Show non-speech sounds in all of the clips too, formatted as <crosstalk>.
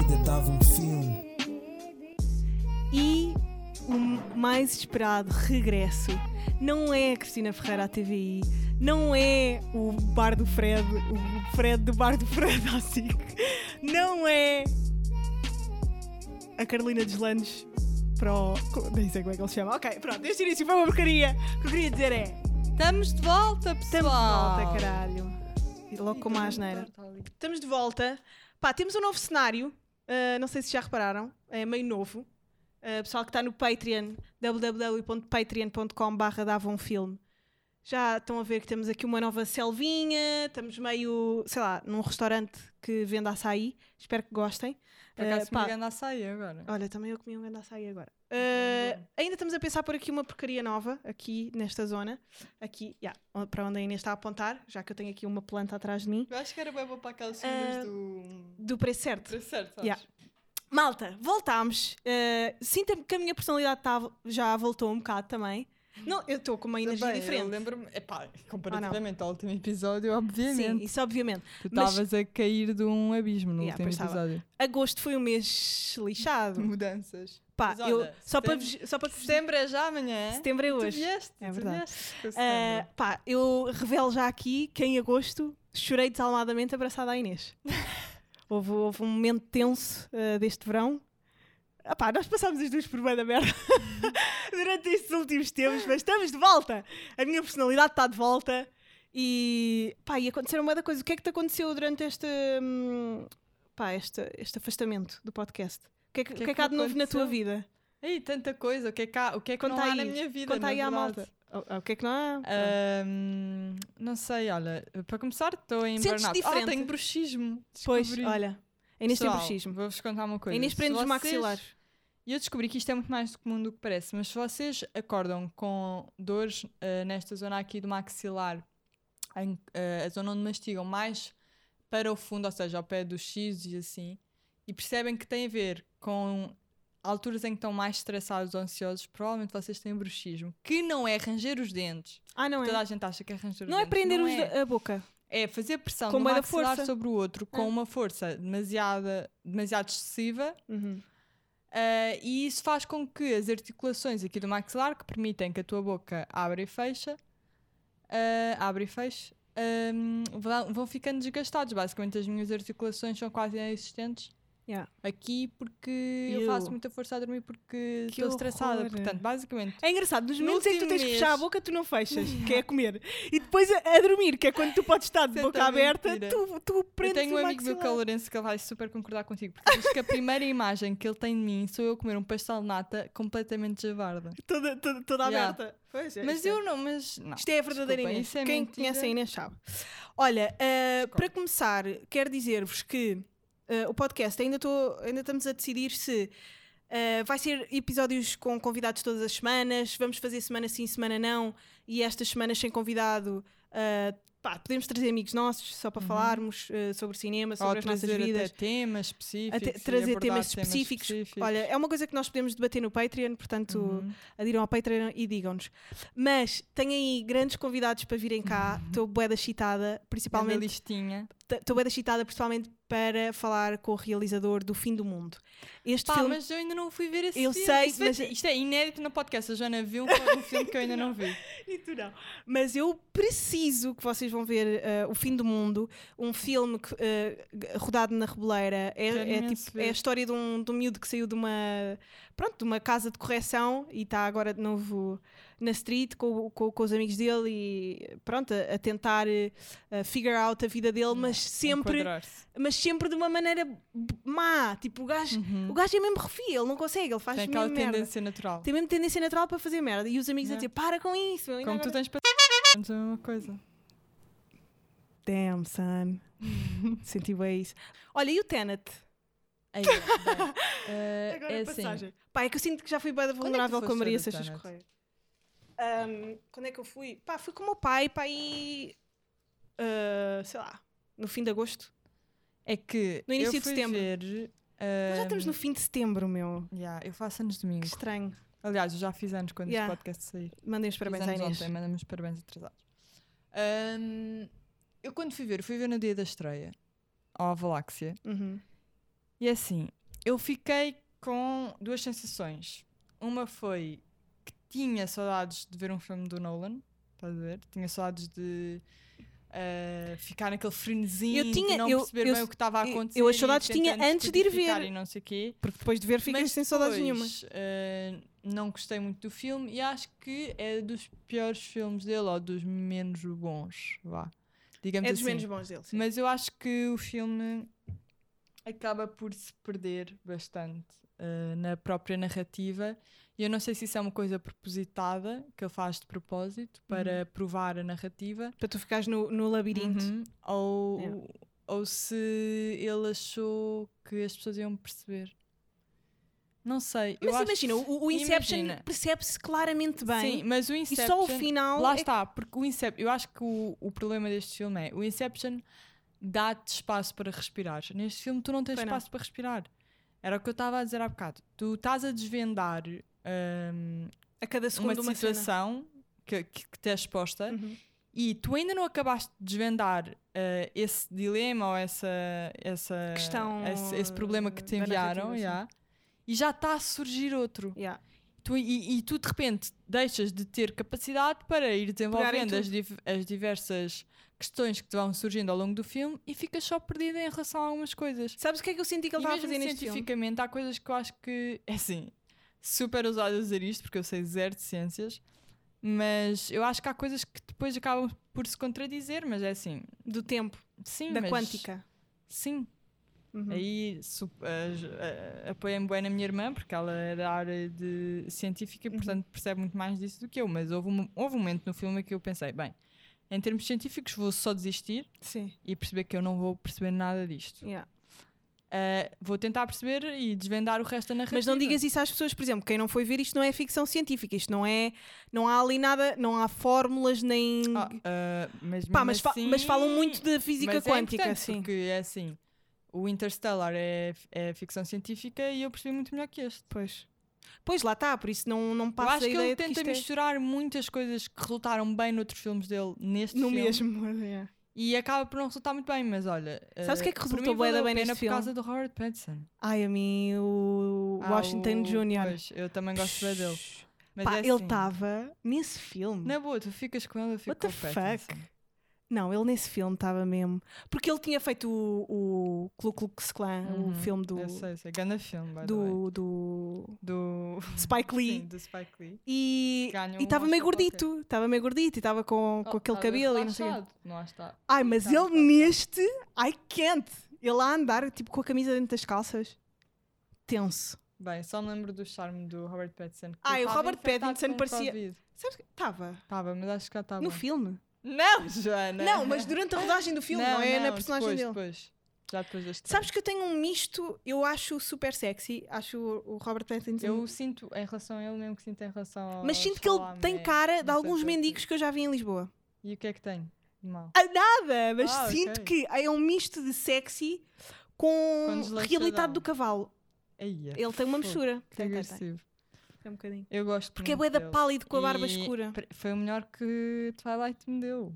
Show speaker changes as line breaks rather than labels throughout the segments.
adaptava um filme.
E o mais esperado regresso não é a Cristina Ferreira à TVI, não é o Bar do Fred, o Fred do Bar do Fred <laughs> à SIC, não é a Carolina Deslandes para o. Nem sei como é que ele se chama. Ok, pronto, este início foi uma porcaria. O que eu queria dizer é.
Estamos de volta,
Estamos
pessoal!
de volta, caralho. E logo com a asneira. Estamos de volta. Pá, temos um novo cenário. Uh, não sei se já repararam. É meio novo. Uh, pessoal que está no Patreon, www.patreon.com.br dava um filme. Já estão a ver que temos aqui uma nova selvinha. Estamos meio, sei lá, num restaurante que vende açaí. Espero que gostem.
Por
Uh,
acaso
pá,
me engano a sair agora.
Olha, também eu comi um grande açaí agora.
Uhum.
Uh, ainda estamos a pensar por aqui uma porcaria nova, aqui nesta zona, aqui, yeah, onde- para onde a Inês está a apontar, já que eu tenho aqui uma planta atrás de mim,
Eu acho que era bem bom para aquelas cenas do...
do preço certo.
do certo, sabes?
Eh, Yeah. Malta, voltámos. Uh, Sinto-me que a minha personalidade tá- já voltou um bocado também. Não, eu estou com uma
Ainda
energia
bem, Eu
diferente.
lembro-me... Epá, comparativamente ao último episódio,
Ah, Sim,
obviamente.
isso obviamente.
tu
mas-
estavas a cair de um abismo no
Yeah,
último
pois estava.
episódio.
Agosto foi um mês lixado.
Mudanças.
Pá,
Uhum. Mas olha,
eu, só, para
setembro-
vos- só para vos dizer-
Setembro é já amanhã, é?
setembro é
Tu
hoje.
vieste,
É
tu
verdade.
vieste com
Ah,
setembro.
pá, eu revelo já aqui que em agosto chorei desalmadamente abraçada à Inês. houve, houve um momento tenso ah, deste verão. Ah, pá, nós passámos as duas por bem da merda <laughs> durante estes últimos tempos, mas estamos de volta. A minha personalidade está de volta. E, pá, e aconteceram uma da coisa. O que é que te aconteceu durante este, hum, pá, este, este afastamento do podcast? O que é que, o que é que há
me
de novo na tua
aconteceu?
vida?
Ei, tanta coisa. O que é que, há, o que, é que não
Conta
há na
aí,
minha vida,
Conta
na
aí à
verdade?
malta. Ah, O que é que não há?
Ahm, não sei, olha, para começar estou em
Sentes-te
burnout. Ah,
diferente?
tenho bruxismo.
Pois,
Descobri.
olha, a Inês tem
Pessoal,
bruxismo.
Vou-vos contar uma coisa.
A Inês
Se
prende os
vocês-
maxilares.
E eu descobri que isto é muito mais comum do que parece, mas se vocês acordam com dores ah, nesta zona aqui do maxilar, em, ah, a zona onde mastigam mais para o fundo, ou seja, ao pé dos X e assim, e percebem que tem a ver com alturas em que estão mais estressados ou ansiosos, provavelmente vocês têm bruxismo, que não é ranger os dentes.
Ah, não é?
Toda a gente acha que é ranger os
Não é
dentes.
prender
não
os
é.
da- a boca.
É fazer pressão
Com
de um
bué da
maxilar
força.
sobre o outro com
Ah.
uma força demasiada, demasiado excessiva
Uhum.
ah, e isso faz com que as articulações aqui do maxilar que permitem que a tua boca abra e fecha, ah, abra e feche, ahm, vão, vão ficando desgastados. Basicamente as minhas articulações são quase inexistentes
Yeah.
aqui porque eu
Ew.
faço muita força a dormir porque
Que
estou estressada.
horror.
Portanto, basicamente...
É engraçado, nos
No
momentos em que tu
último
tens que fechar a
mês.
boca, tu não
<laughs>
fechas, que é a comer. E depois a, a dormir, que é quando tu podes estar de
Isso é
boca
tão
aberta,
mentira.
tu, tu
Eu
prendes
tenho um
o
amigo meu
maxilar.
que é o Lourenço que ele vai super concordar contigo, porque diz que a primeira imagem que ele tem de mim sou eu comer um pastel de nata completamente javarda.
Toda, toda, toda
Yeah.
aberta. Pois é,
Mas
isto é-
eu não, mas não.
Isto é a verdadeira
Desculpa,
Inês.
isso é
Quem
mentira.
conhece a Inês sabe. Olha, uh, para começar, quero dizer-vos que uh, o podcast ainda, tô- ainda estamos a decidir se uh, vai ser episódios com convidados todas as semanas, vamos fazer semana sim, semana não, e estas semanas sem convidado. uh, pá, podemos trazer amigos nossos só para falarmos uh, sobre cinema,
Uhum. Ou
sobre as nossas
trazer
vidas.
até temas específicos. é
Até
e
trazer
abordar
temas específicos. Olha, é uma coisa que nós podemos debater no Patreon, portanto,
Uhum.
adiram ao Patreon e digam-nos. Mas tenho aí grandes convidados para virem cá, estou bué da excitada,
Uhum. Grande
principalmente
listinha.
estou bué da excitada principalmente para falar com o realizador do Fim do Mundo. Este
Pá,
filme
mas eu ainda não fui ver esse
Eu
filme.
sei,
Isto vai
mas-
ser- Isto é inédito no podcast. A Joana viu um, um filme que eu ainda não vi.
E tu não. Mas eu preciso que vocês vão ver eh, O Fim do Mundo, um filme que, eh, rodado na Reboleira. É,
Quero
é,
imenso
tipo- é a
ver.
história de um, de um miúdo que saiu de uma, pronto, de uma casa de correção e está agora de novo na street com, com, com os amigos dele e pronto, a, a tentar eh, a figure out a vida dele, mas <laughs> sempre
Enquadrar-se.
mas sempre de uma maneira b- má. Tipo, o gajo, o gajo é mesmo refia, ele não consegue, ele faz
Uhum. Tem
mesmo
aquela
merda.
tendência natural.
Tem mesmo tendência natural para fazer merda. E os amigos a
Yeah.
dizer, para com isso, meu. ainda
Como
agora
tu tens para. a mesma
<laughs>
coisa.
Damn, son. <laughs> Senti bem isso. Olha, e o Tenet?
Aí, bem, eh, é assim.
Pá, é que eu sinto que já fui bem vulnerável
foste
com a Maria
ver o
Seixas
Tenet?
Correia. Ahm, quando é que eu fui? Pá, fui com o meu pai, pá, e... ah, sei lá, no fim de agosto.
É que.
No início de
eu fui
setembro.
ver,
Nós já estamos no
ehm,
fim de setembro, meu.
yeah, eu faço anos
Que
domingo.
estranho.
Aliás, eu já fiz anos quando
Yeah.
este podcast sair.
Mandem os parabéns à
Fizemos
Inês.
ontem, mandamos parabéns atrasados. Ahm, eu quando fui ver, fui ver no dia da estreia, ao Avaláxia,
Uhum.
e é assim, Eu fiquei com duas sensações. Uma foi que tinha saudades de ver um filme do Nolan, estás a ver? Tinha saudades de ah, ficar naquele frenesinho
Eu tinha-
de não
eu-
perceber
eu-
bem o que estava a
eu- eu
acontecer.
as
e
saudades tinha
tentando
antes de ir
descodificar
ver.
E não sei quê.
Porque depois de ver ficas
Mas
sem saudades
depois,
nenhuma.
eh, não gostei muito do filme e acho que é dos piores filmes dele, ou dos menos bons, vá. Digamos
É dos
assim.
menos bons dele. sim.
Mas eu acho que o filme acaba por se perder bastante eh, na própria narrativa. E eu não sei se isso é uma coisa propositada que ele faz de propósito para
Uhum.
provar a narrativa.
Para tu ficares no, no labirinto.
Uhum. Ou,
Yeah.
ou se ele achou que as pessoas iam perceber. Não sei. eu
Mas
acho-
imagina, o, o Inception
imagina.
percebe-se claramente
Sim,
bem.
mas o
e
Inception.
só o final.
Lá
é que-
está, porque o Inception. Eu acho que o, o problema deste filme é o Inception dá-te espaço para respirar. Neste filme tu não tens
Pois não.
espaço para respirar. Era o que eu estava a dizer há bocado. Tu estás a desvendar hum,
a cada segundo
uma
uma, cena.
situação que, que, que te é exposta
Uhum.
e tu ainda não acabaste de desvendar eh, esse dilema ou essa, essa
Questão,
esse, esse problema que te
da
enviaram
narrativa,
já, e já está a surgir outro.
Yeah.
Tu- e, e tu de repente deixas de ter capacidade para ir desenvolvendo
em
as, div- as diversas questões que te vão surgindo ao longo do filme e ficas só perdida em relação a algumas coisas.
Sabes o que é que eu senti que ele
e
estava a
mesmo assim
fazer neste filme?
cientificamente há coisas que eu acho que é assim, super ousado a dizer isto porque eu sei zero de ciências, mas eu acho que há coisas que depois acabam por se contradizer, mas é assim,
Do tempo,
sim,
da
mas-
quântica.
Sim,
Uhum.
Aí su- a- a- apoiei-me bem na minha irmã, porque ela é da área de científica,
Uhum.
portanto percebe muito mais disso do que eu. Mas houve um, houve um momento no filme em que eu pensei: bem, em termos científicos, vou só desistir
Sim.
e perceber que eu não vou perceber nada disto.
yeah.
Ah, vou tentar perceber e desvendar o resto da narrativa.
Mas não digas isso às pessoas, por exemplo, quem não foi ver isto não é ficção científica, isto não é, não há ali nada, não há fórmulas nem.
Ah, ah, mas,
assim. Pá,
mesmo
mas, fa-
assim-
mas falam muito de física
Mas é
quântica,
importante,
sim.
Porque é assim: o Interstellar é, é ficção científica e eu percebi muito melhor que este.
Pois. Pois lá está, por isso não, não passa
eu acho
a
que ele
ideia
tenta
de que isto é
misturar muitas coisas que resultaram bem noutros filmes dele neste
é no
filme
mesmo. <laughs> yeah.
e acaba por não resultar muito bem, mas olha.
Sabes o que é que
eh, por
resultou
mim
bué da
valeu
bem
a pena
neste
por
filme?
causa do Howard Pattinson.
Ai, a mim o Washington
Ah, o-
Jr.
Pois, eu também gosto bem dele. Mas
Pá,
é
ele
assim,
estava nesse filme.
Na boa, tu ficas com ele, eu fico
What the
com o Pattinson.
fuck? Não, ele nesse filme estava mesmo. Porque ele tinha feito o, o Ku Klux Klan, o
Uhum,
filme do,
Eu sei, eu sei. Ganda filme, by the way.
do, do
Do. <laughs>
Spike Lee.
Sim, do Spike Lee.
E
Ganhou
e
um
estava meio
Oscar qualquer.
gordito. Estava meio gordito e estava com, com
Oh,
aquele
tá
cabelo e não sei o quê.
relaxado, Não está.
Ai, mas
Tá, tá,
ele
tá.
neste, I can't. Ele a andar, tipo, com a camisa dentro das calças. Tenso.
Bem, só me lembro do charme do Robert Pattinson. que
Ai, o
estava
Robert
infectado
Pattinson
com o
parecia-
Covid.
Sabes que estava
Estava, mas acho que já estava.
no filme.
Não, <laughs> Joana!
Não, mas durante
<laughs>
a rodagem do filme, não, é na personagem
Né? depois,
dele.
Depois. Já depois da história.
Sabes que eu tenho um misto, eu acho super sexy, acho o o Robert Pattinson.
Eu sinto em relação a ele mesmo que sinto em relação ao.
hum. mas sinto que ele
Chalamet.
tem cara de
não sei
alguns
se eu-
mendigos que eu já vi em Lisboa.
E o que é que tem? de Mal.
Ah, nada, mas
Ah,
sinto
ok.
que é um misto de sexy
Com
com
desleixadão.
realidade do cavalo.
Eia,
Ele tem uma
é. fogo,
mistura.
que
Tem, tem, tem.
agressivo.
Tem um bocadinho.
Eu gosto
Porque é
muito
boeda
dele.
pálido com a barba
E
escura.
pre- Foi o melhor que Twilight me deu.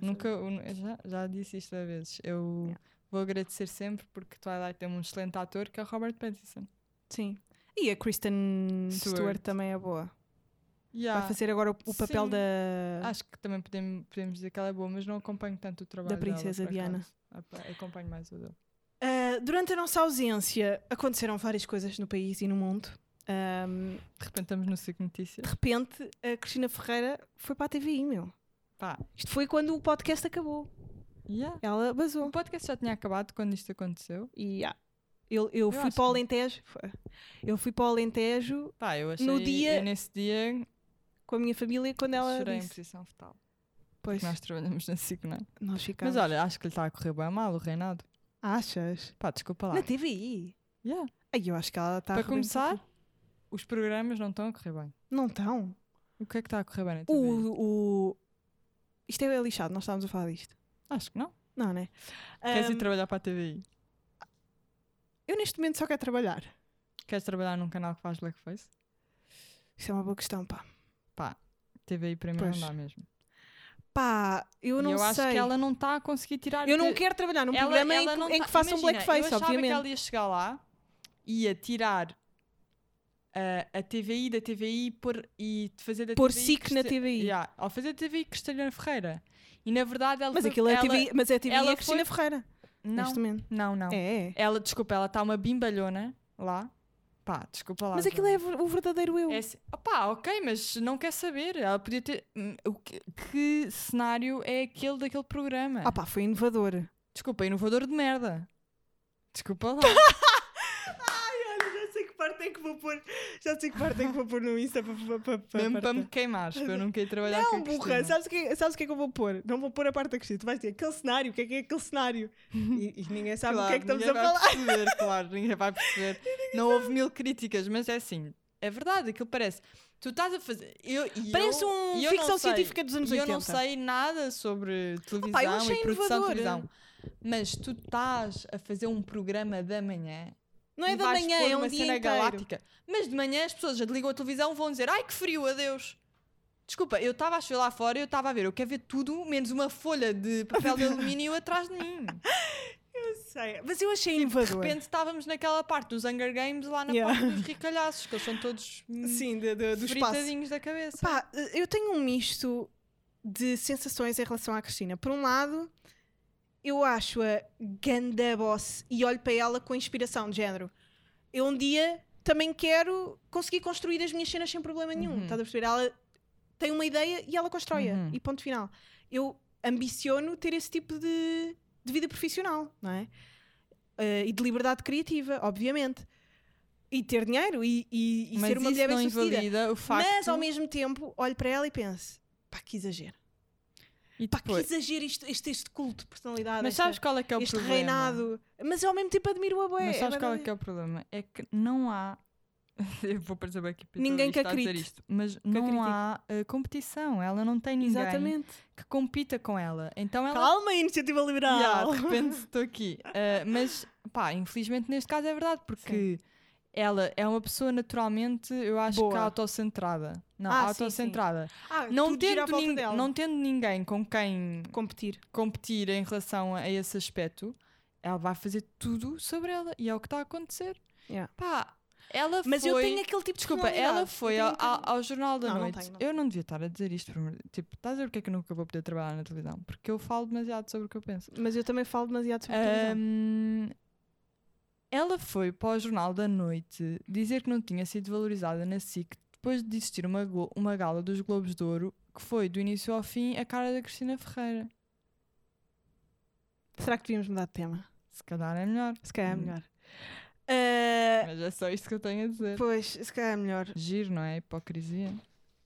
Nunca, eu já, já disse isto a vezes. Eu
Yeah.
vou agradecer sempre porque Twilight tem um excelente ator que é o Robert Pattinson.
Sim. E a Kristen Stewart,
Stewart.
também é boa.
Yeah.
Vai fazer agora o, o papel
sim. Ah.
da.
Acho que também podemos, podemos dizer que ela é boa, mas não acompanho tanto o trabalho
princesa
dela, por
Diana.
acaso. Apa- Acompanho mais o dele.
Ah, durante a nossa ausência aconteceram várias coisas no país e no mundo. Ahm,
De repente estamos no Cic Notícias.
de repente, a Cristina Ferreira foi para a TVI, meu.
Pá,
Isto foi quando o podcast acabou.
yeah.
Ela
O
basou.
podcast já tinha acabado quando isto aconteceu.
E ah, eu, eu, fui
acho
para o
que-
Alentejo. foi. Eu fui para o Alentejo
Pá, eu achei.
No dia-
eu nesse dia
com a minha família quando ela
chorei em
disse.
posição fetal.
Pois,
Nós trabalhamos na SIC, não é?
nós ficámos.
Mas olha, acho que lhe está a correr bem mal o reinado.
Achas?
Pá, desculpa lá.
Na TVI?
Yeah.
Ai, eu acho que ela tá está a
Para
arrebentar
começar,
tudo.
os programas não estão a correr bem.
Não estão.
O que é que está a correr bem na TV?
O, o... Isto é lixado, nós estávamos a falar disto.
Acho que não.
Não, né?
Queres ir
Ahm,
trabalhar para a TVI?
eu neste momento só quero trabalhar.
Queres trabalhar num canal que faz blackface?
Isso é uma boa questão, pá.
TVI para mim
Pois.
não dá mesmo.
Pá, eu
E
não
eu
sei.
acho que ela não está a conseguir tirar.
Eu não
te-
quero trabalhar num
ela,
programa em
ela
que-
não
em,
tá-
que faça um
imagina,
blackface,
eu achava
obviamente.
que ela ia chegar lá ia tirar ah, a TVI da TVI por, e de fazer da
Pôr
TVI.
SIC na
Criste-
TVI.
Yeah, ao fazer TVI Cristalina Ferreira. E na verdade ela
Mas
foi-
aquilo é
ela-
TV, mas é TV
ela
é Cristina Ferreira,
Não,
neste momento.
não, não.
É, é.
Ela, desculpa, ela está uma bimbalhona lá. Pá, desculpa lá.
Mas aquilo é ver- o verdadeiro eu.
É assim, opá, ok, mas não quer saber. Ela podia ter. hum, O que, que cenário é aquele daquele programa?
Ah pá, foi inovador.
Desculpa, inovador de merda. Desculpa lá.
Ai, olha, já sei que parte é que vou pôr. Já sei que parte é que vou pôr no Insta para. para,
Mesmo para me queimar, porque eu nunca ia trabalhar com a
Não, burra,
Cristina.
sabes o, que, sabes o que é que eu vou pôr? Não vou pôr a parte da Cristina. Tu vais dizer aquele cenário, o que é que é aquele cenário? E, e ninguém sabe o que é que estamos
ninguém
a
vai
falar.
Perceber, claro, ninguém vai perceber.
<laughs>
Não houve mil críticas, mas é assim. É verdade, aquilo parece. Tu estás a fazer. Eu, e
Parece
eu-
um
e eu não
ficção
sei.
científica dos anos
E eu
80.
não sei nada sobre televisão
eu achei
e produção de
inovador.
televisão. Mas tu estás a fazer um programa da manhã.
Não é
e
da
vais
manhã,
pôr
é
uma
um dia
cena
inteiro.
galáctica. Mas de manhã as pessoas já ligam a televisão vão dizer: Ai que frio, adeus. Desculpa, eu estava a chover lá fora e eu estava a ver. Eu quero ver tudo menos uma folha de papel
<laughs>
de alumínio atrás de mim.
Sei, Tipo, Mas eu achei
De
inovador.
repente estávamos naquela parte dos Hunger Games lá na
Yeah.
parte dos ricalhaços, que eles são todos hum,
<laughs> Sim, de, de, do espaço.
fritadinhos da cabeça.
Pá, eu tenho um misto de sensações em relação à Cristina. Por um lado, eu acho-a ganda boss e olho para ela com inspiração de género. Eu um dia também quero conseguir construir as minhas cenas sem problema nenhum.
Uhum.
Estás a perceber? Ela tem uma ideia e ela constrói-a.
Uhum.
E ponto final. Eu ambiciono ter esse tipo de, de vida profissional, não é? Eh, e de liberdade criativa, obviamente. E ter dinheiro e, e- e
Mas
ser uma
isso
mulher
não
bem-sucedida.
invalida o facto.
Mas ao mesmo tempo olho para ela e penso: pá, que exagero.
e
Pá, Ah, que
depois-
exagero isto, este, este culto de personalidade.
Mas
esta-
sabes qual é que é o
este
problema?
reinado. Mas ao mesmo tempo admiro a boé.
Mas sabes qual é que é o problema? É que não há. <laughs> Eu vou perceber aqui para
Ninguém que
que
a
dizer
critique.
isto, mas não
critique.
há eh, competição. Ela não tem ninguém
Exatamente.
que compita com ela. Então ela
Calma, iniciativa liberal.
<laughs> Ya, de repente estou aqui. Uh, mas, pá, infelizmente neste caso é verdade, porque ela é uma pessoa naturalmente, eu acho que
Boa.
autocentrada. Não,
Ah, sim, sim.
autocentrada.
<laughs> Ah,
Não,
tudo gira à
tendo
volta
nin-
dela.
não tendo ninguém com quem
competir.
competir em relação a esse aspecto, ela vai fazer tudo sobre ela. E é o que está a acontecer.
Ya.
Pá, ela
Mas
foi...
eu tenho aquele tipo de
Desculpa, ela
personalidade.
foi
Eu tenho um
ao,
bocadinho.
ao- ao Jornal da
Não, não
Noite.
tenho, não
eu não devia estar a dizer isto. por amor de- Tipo, estás a ver porque é que eu nunca vou poder trabalhar na televisão? Porque eu falo demasiado sobre o que eu penso.
Mas eu também falo demasiado sobre televisão.
Ahm, ela foi para o Jornal da Noite dizer que não tinha sido valorizada na SIC depois de existir uma, go- uma gala dos Globos de Ouro que foi do início ao fim a cara da Cristina Ferreira.
Será que devíamos mudar de tema?
Se calhar é melhor,
Se calhar é
Hum.
melhor. Ah,
<laughs> mas é só isto que eu tenho a dizer.
pois, se calhar é melhor.
Giro, não é? Hipocrisia.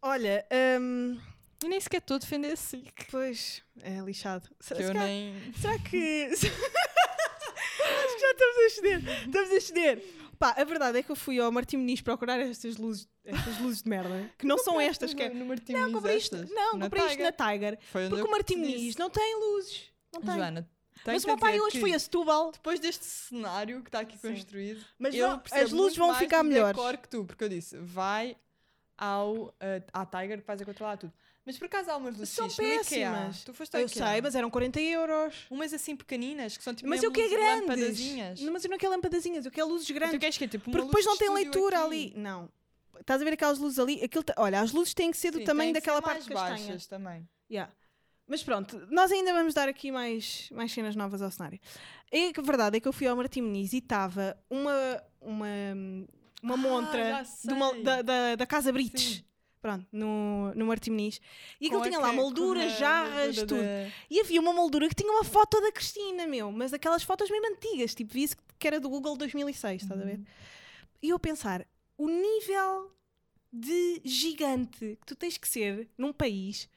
Olha, hum,
E nem sequer estou a defender a SIC. que
pois, é lixado. Se- se
eu
calhar-
nem.
Será que. <laughs> Acho que já estamos a ceder. Estamos a ceder. Pá, a verdade é que eu fui ao Martim Muniz procurar estas luzes, estas luzes de merda. Que não são estas que é.
No Martim
Não,
Moniz
comprei isto.
estas,
Não,
na
comprei isto
Taiga.
na Tiger.
Foi onde
Porque
eu
o Martim
te disse.
Muniz não tem luzes. Não tem.
Joana, tenho
Mas o
que
meu pai
dizer
hoje
que
foi a Setúbal.
Depois deste cenário que está aqui
Sim.
construído,
Mas
Eu
vão-
percebo
as luzes
muito
vão
mais
ficar
de
melhores.
decor que tu, porque eu disse, vai ao, eh, à Tiger que vais a controlar tudo. Mas por acaso há umas luzes
São
fixe no IKEA.
péssimas.
é Tu foste ao
Eu
IKEA.
sei, mas eram 40 euros.
Umas assim pequeninas, que são tipo
Mas eu
mesmo
quero grandes.
lampadazinhas.
Não, mas eu não quero lampadazinhas, eu quero luzes
Tu
grandes.
queres que é tipo uma
Porque
luz
depois
de
não tem
estúdio
leitura
aqui.
ali. Não. Estás a ver aquelas luzes ali? Aquilo te- Olha, as luzes têm que ser do
Sim,
tamanho
têm que ser
daquela parte
mais
castanha.
baixas também.
Yeah. Mas pronto, nós ainda vamos dar aqui mais, mais cenas novas ao cenário. E a verdade é que eu fui ao Martim Muniz e estava uma, uma, uma
Ah, já
montra de uma-
sei.
da, da, da Casa Brites.
Sim.
Pronto, no, no Martim Muniz. E
Com
aquilo
a
tinha lá
que- é com
molduras,
a
jarras,
moldura
tudo.
da-
E havia uma moldura que tinha uma foto da Cristina, meu. Mas aquelas fotos mesmo antigas, tipo, vi que era do Google 2006, estás a ver?
Uhum.
E eu a pensar, o nível de gigante que tu tens que ser num país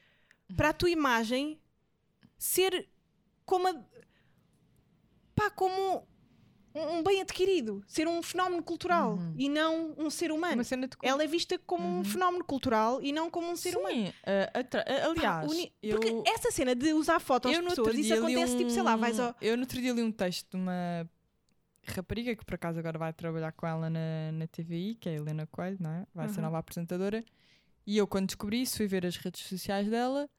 para a tua imagem ser como a- pá, como um um bem adquirido, ser um fenómeno cultural
Uhum.
e não um ser humano.
Uma cena de cor.
Ela é vista como um
Uhum.
fenómeno cultural e não como um ser
Sim,
humano.
eh, atra- eh,
Pá,
aliás,
uni-
eu...
Porque é- essa cena de usar fotos de
no outro
pessoas, isso
dia li
acontece tipo, sei lá, vais ao.
Eu no outro dia li um texto de uma rapariga que por acaso agora vai trabalhar com ela na, na TVI, que é a Helena Coelho, não é? Vai ser
Uhum.
nova apresentadora. E eu quando descobri isso, fui ver as redes sociais dela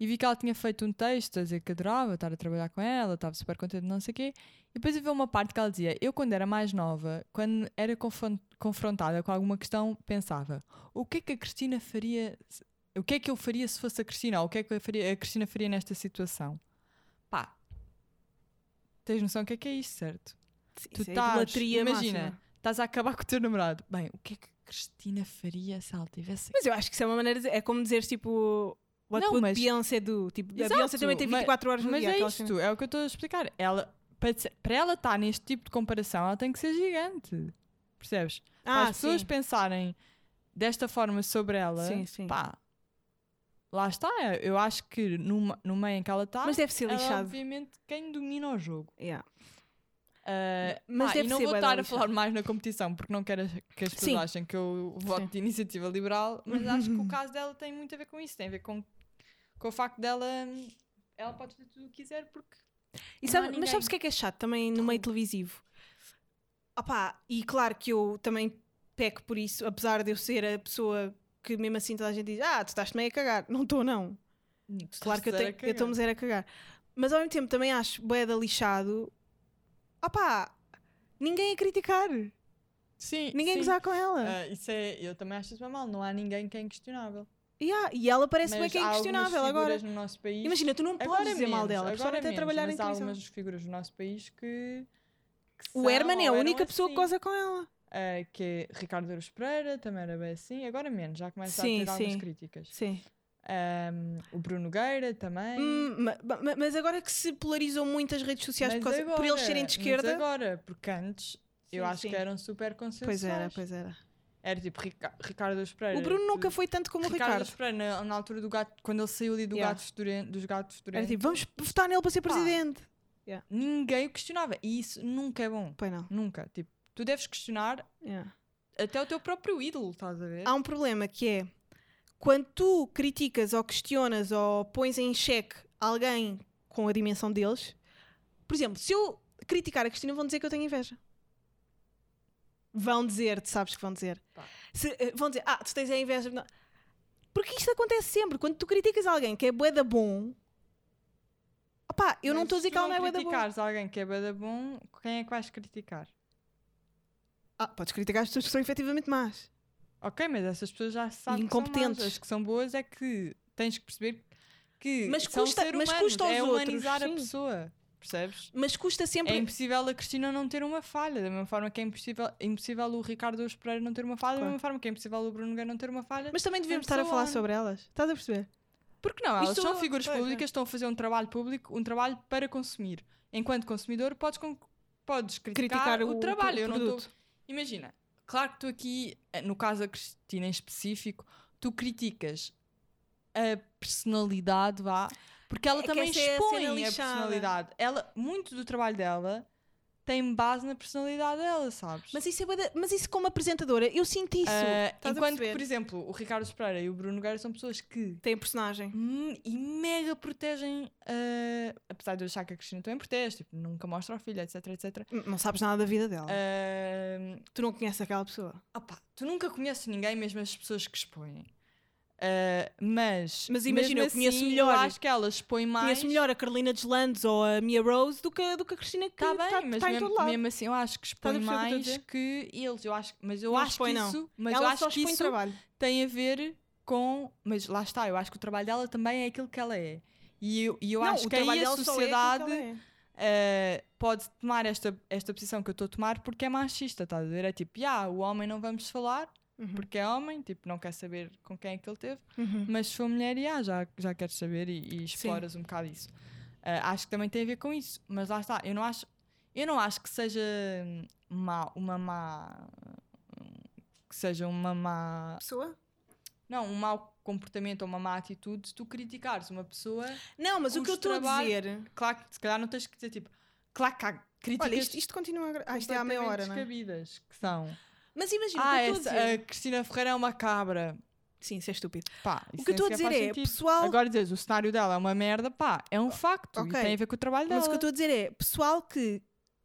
E vi que ela tinha feito um texto a dizer que adorava estar a trabalhar com ela, estava super contente, não sei o quê. E depois havia uma parte que ela dizia: Eu, quando era mais nova, quando era confron- confrontada com alguma questão, pensava: O que é que a Cristina faria? se- O que é que eu faria se fosse a Cristina? Ou o que é que eu faria- a Cristina faria nesta situação? Pá, tens noção do que é que é isto, certo? Tu
Isso é
estás-
idolatria
imagina,
máxima.
Estás a acabar com o teu namorado. Bem, o que é que a Cristina faria se ela tivesse.
Mas eu acho que isso é uma maneira de... É como dizer, tipo... What
Não,
would
mas-
Beyoncé do? Tipo,
Exato,
a Beyoncé também tem
mas-
24 horas no
Mas
dia.
é
aquela cena.
isto, é o que eu estou a explicar. Ela, para, se- para ela estar neste tipo de comparação, ela tem que ser gigante. Percebes? para
Ah,
as pessoas
sim.
pensarem desta forma sobre ela,
Sim, sim.
pá, lá está. Eu acho que numa- no meio em que ela está,
Mas deve ser
ela é
lixado.
obviamente quem domina o jogo.
Yeah.
Ah,
Mas
pá,
deve
e não
ser
vou
bué da
estar a
lixado.
falar mais na competição porque não quero as- que as pessoas
Sim.
achem que eu voto
Sim.
de iniciativa liberal, mas
<laughs>
acho que o caso dela tem muito a ver com isso, tem a ver com, com o facto dela hum, ela pode fazer tudo o que quiser porque
E
Não
sabe-
há
mas
ninguém.
sabes o que é que é chato também no meio televisivo? Opá, e claro que eu também peco por isso, apesar de eu ser a pessoa que mesmo assim toda a gente diz ah, tu estás meio a cagar. Não estou, não. Claro que eu tenho- eu estou-me zero a cagar. Mas ao mesmo tempo também acho boeda lixado. Opá, ninguém a criticar.
Sim,
Ninguém
sim.
gozar com ela.
Ah, isso é, eu também acho isso bem mal. Não há ninguém que é inquestionável.
Yeah, e ela parece bem
Mas
que é
há algumas
inquestionável agora.
figuras No nosso país,
Imagina, tu não
agora
podes dizer mal
menos,
dela,
agora
principalmente a
menos,
trabalhar em
mas há
televisão.
algumas figuras do nosso país que. que
O
são
Herman é a
ou eram
única pessoa que
assim.
goza com ela.
Ah, que é Ricardo Douros Pereira também era bem assim, agora menos, já começa
Sim,
a ter algumas
sim.
críticas.
Sim.
Ahm, o Bruno Nogueira também.
Hum, ma- ma- mas agora que se polarizam muito as redes sociais
Mas
por, causa- por eles
agora-
serem de
mas
esquerda.
agora, porque antes eu
Sim,
acho que
sim.
eram super consensuais.
Pois era, pois era.
Era tipo Rica Ricardo Douros Pereira.
O Bruno nunca
tu-
foi tanto como o Ricardo.
Ricardo Pereira, na, na altura do gato, quando ele saiu ali do
Yeah.
gato fedorento, dos gatos
Era
fedorentos,
tipo, vamos votar nele para ser
Pá.
presidente.
ninguém o questionava. E isso nunca é bom.
Pois não.
Nunca. Tipo, tu deves questionar
Yeah.
até o teu próprio ídolo, estás a ver?
Há um problema que é quando tu criticas ou questionas ou pões em xeque alguém com a dimensão deles, por exemplo, se eu criticar a Cristina, vão dizer que eu tenho inveja. Vão dizer, tu sabes que vão dizer.
Pá.
Se, eh, vão dizer, ah, tu tens a inveja. Não. Porque isto acontece sempre. Quando tu criticas alguém que é bué da bom, opá, eu não
Mas
estou a dizer
se
que ela não é bué
tu
da bom.
criticares alguém que é bada bom, quem é que vais criticar?
Ah, podes criticar as pessoas que são efetivamente más.
Ok, mas essas pessoas já sabem que são
Incompetentes.
más. As que são boas é que tens que perceber que
Mas
são
custa-
ser
mas
humanos,
custa aos
é
outros,
humanizar
sim.
a pessoa, percebes?
Mas custa sempre.
É impossível a Cristina não ter uma falha, da mesma forma que é impossível, é impossível o Ricardo Ouro Pereira não ter uma falha, da
Claro.
mesma forma que é impossível o Bruno Nogueira não ter uma falha.
Mas também devemos
And
estar a
so
falar
on.
sobre elas. Estás a perceber?
Porque não, elas
Isto- é
são figuras
pois,
públicas, estão a fazer um trabalho público, um trabalho para consumir. Enquanto consumidor, podes, con- podes criticar, o, trabalho.
pro-
Eu não estou-
produto.
Imagina, claro que tu aqui, eh, no caso da Cristina em específico, tu criticas a personalidade, vá, porque ela
É que
também
essa é a cena
expõe a,
lixada.
personalidade. Ela, muito do trabalho dela tem base na personalidade dela, sabes?
Mas isso, é bué da- mas isso como apresentadora, eu sinto isso.
Ah,
Estás a
enquanto que,
perceber?
por exemplo, um o Ricardo Pereira e o Bruno Nogueira são pessoas que
Tem personagem.
Hum, e mega protegem, eh, apesar de eu achar que a Cristina também protege, tipo, nunca mostra ao filho, etc, etc.
N- Não sabes nada da vida dela.
Ah. Eh,
Tu não conheces aquela pessoa.
Ah, opá, tu nunca conheces ninguém, mesmo as pessoas que expõem. Eh, mas,
Mas imagina, eu
mesmo
conheço
assim,
melhor.
Eu acho que ela expõe mais.
Conheces melhor a Carolina Deslandes ou a Mia Rose do que, do que a Cristina que
Está
está
bem, mas
tá em
mesmo,
todo lado. Tá
mesmo assim eu acho que
a
expõe
perceber o que eu
mais
estou a
que eles. Eu acho, mas eu
Não
acho
expõe,
que
não.
isso, mas eu
ela só
acho que
expõe
isso
trabalho.
tem a ver com. Mas lá está, eu acho que o trabalho dela também é aquilo que ela é. E eu, e eu
Não,
acho
o
que aí
trabalho
a
dela só é aquilo que ela
sociedade
é.
uh, pode tomar esta, esta posição que eu estou a tomar porque é machista, estás a ver? É tipo, yeah, o homem não vamos falar
Uhum.
porque é homem, tipo, não quer saber com quem é que ele teve,
Uhum.
mas se for mulher, yeah, já, já queres saber e, e exploras um bocado isso. Uh, acho que também tem a ver com isso, mas lá está, eu não acho, eu não acho que seja hum, má, uma má. hum, que seja uma má.
Pessoa?
não, um mau comportamento ou uma má atitude se tu criticares uma pessoa.
Não, mas o
Os
que eu estou a
trabalhos-
dizer.
Claro que se calhar não tens que dizer tipo, claro que há críticas.
Olha, isto, isto continua. a gra- Ah, isto é à meia hora, não é?
descabidas que são.
Mas imagina,
Ah,
o que eu estou
essa,
a dizer.
a Cristina Ferreira é uma cabra.
Sim, isso é estúpido.
Pá,
O
isso
que eu
nem
estou a
sequer
dizer
faz
é,
sentido.
pessoal
Agora dizes, o cenário dela é uma merda, pá, é um facto.
ok.
E tem a ver com o trabalho dela.
Mas o que eu estou a dizer é, pessoal que,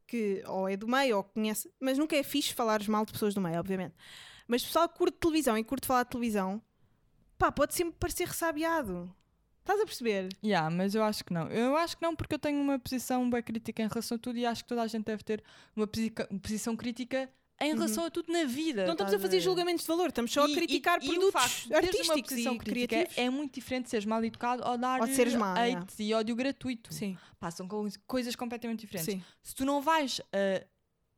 que ou é do meio ou conhece, mas nunca é fixe falares mal de pessoas do meio, obviamente. Mas pessoal que curte televisão e curte falar de televisão, pá, pode sempre parecer ressabiado. Estás a perceber?
Yeah, mas eu acho que não. Eu acho que não porque eu tenho uma posição bem crítica em relação a tudo e acho que toda a gente deve ter uma posica- posição crítica em relação a tudo na vida.
Uhum. Não estamos
É, estás
a fazer
ver?
julgamentos de valor, estamos só a
E-
criticar
e- e o facto
produtos
de teres uma
artísticos
posição
e
crítica
criativos.
É muito diferente de seres mal educado ou dar
Ou de seres má,
hate
yeah.
e ódio gratuito.
Sim,
Passam com coisas completamente diferentes.
sim.
Se tu não vais ah,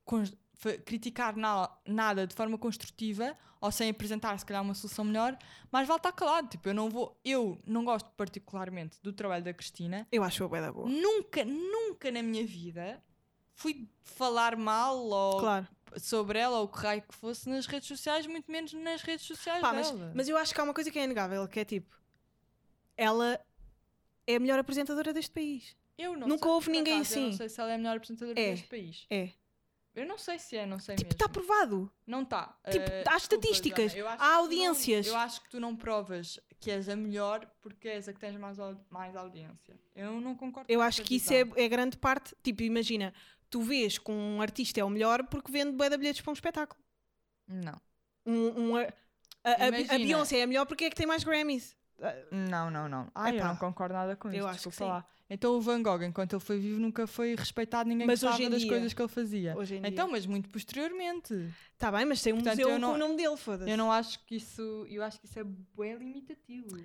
cons- fa- criticar na- nada de forma construtiva ou sem apresentar se calhar uma solução melhor, mas vale estar calado. Tipo, eu não vou, eu não gosto particularmente do trabalho da Cristina.
Eu acho a bué da boa.
Nunca, nunca na minha vida fui falar mal ou
Claro.
sobre ela ou o que raio que fosse nas redes sociais, muito menos nas redes sociais
Pá, mas,
dela.
mas eu acho que há uma coisa que é inegável, que é tipo, ela é a melhor apresentadora deste país.
eu não
nunca
sei,
houve
por
ninguém
acaso, Eu não
assim.
sei se ela é a melhor apresentadora
É,
deste país.
é.
Eu não sei se é, não sei
Tipo,
mesmo.
está provado.
Não tá, eh, está.
Tipo, há estatísticas, há audiências.
eu acho que tu não provas que és a melhor porque és a que tens mais, au- mais audiência. Eu não concordo
Eu
com
acho
essa
que isso é,
visão.
é grande parte. Tipo, imagina, tu vês que um artista é o melhor porque vende bué de bilhetes para um espetáculo.
Não.
Um, um a, a- a- a
Imagina.
Beyoncé é a melhor porque é que tem mais Grammys. Ah,
Não, não, não. Ai, eu
Epá.
não concordo nada com
Eu
isso.
acho que
desculpa
sim.
lá. Então o Van Gogh, enquanto ele foi vivo, nunca foi respeitado, ninguém
Mas
gostava
hoje em
das
dia-
coisas que ele fazia.
Hoje em
Então,
dia.
mas muito posteriormente.
Está bem, mas tem um
Portanto, eu
museu
não-
com o nome dele, foda-se.
Eu não acho que isso. Eu acho que isso é bem limitativo.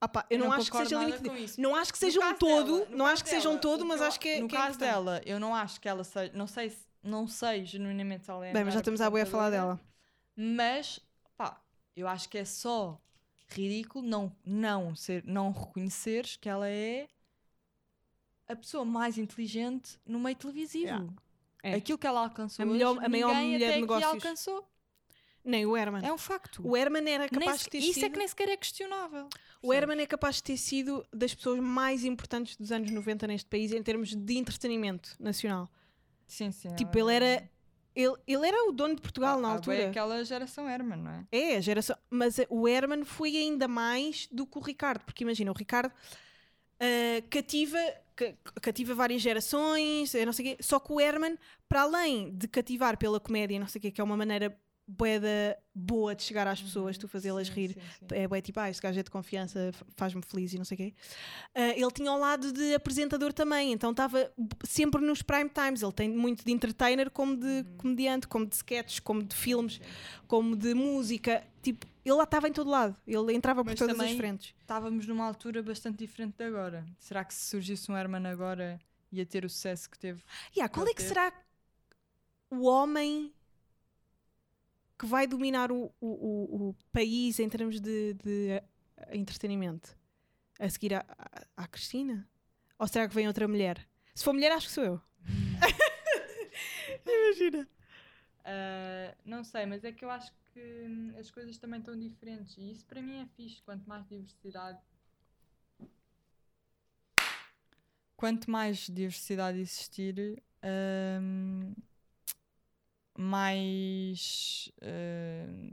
Ah pá, eu não, acho que
concordo
seja
nada
limitativo.
com isso.
Não acho que
No
seja um
caso
todo,
dela- no
não
caso
acho que seja um
dela,
todo,
o
mas
eu-
acho que é.
No
que é
caso
importante.
dela, eu não acho que ela seja. Não sei, se- não sei genuinamente se ela é.
Bem, mas já
melhor
estamos à boia a falar
apresentadora,
dela.
Mas, pá, eu acho que é só ridículo não, não, ser, não reconheceres que ela é a pessoa mais inteligente no meio televisivo.
Yeah. É.
Aquilo que ela alcançou,
A melhor-
hoje,
a maior
ninguém
mulher
até
de
aqui
negócios.
alcançou.
Nem o Herman.
É um facto.
O Herman era
Nem
capaz
se-
de ter
isso
sido.
é que nem sequer é questionável.
O Herman é capaz de ter sido das pessoas mais importantes dos anos 90 neste país em termos de entretenimento nacional.
Sim, sim. é
Tipo, ele era. Ele, ele era o dono de Portugal na altura.
Ah, aquela geração Herman, não é?
É, a geração. Mas eh, o Herman foi ainda mais do que o Ricardo, porque imagina, o Ricardo ah, cativa, ca- cativa várias gerações, eh, não sei quê. Só que o Herman, para além de cativar pela comédia, não sei o quê, que é uma maneira bué da- boa de chegar às pessoas, tu fazê-las rir. É bué tipo, ah, este gajo é de confiança, fa- faz-me feliz e não sei o quê. Ah, ele tinha ao lado de apresentador também, então estava b- sempre nos prime times. Ele tem muito de entertainer, como de
Uhum.
comediante, como de sketches, como de filmes, como de música. Tipo, ele lá estava em todo lado. Ele entrava
Mas
por todas
também-
as frentes.
Estávamos numa altura bastante diferente de agora. Será que se surgisse um Herman agora ia ter o sucesso que teve?
Yeah, qual é que
Ele teve-
será o homem que vai dominar o, o- o- o país em termos de, de, eh, entretenimento? A seguir à, à- à Cristina? Ou será que vem outra mulher? Se for mulher, acho que sou eu.
<laughs>
Imagina.
Ah, não sei, mas é que eu acho que hum, as coisas também estão diferentes. E isso para mim é fixe. Quanto mais diversidade. Quanto mais diversidade existir, hum, mais. hum,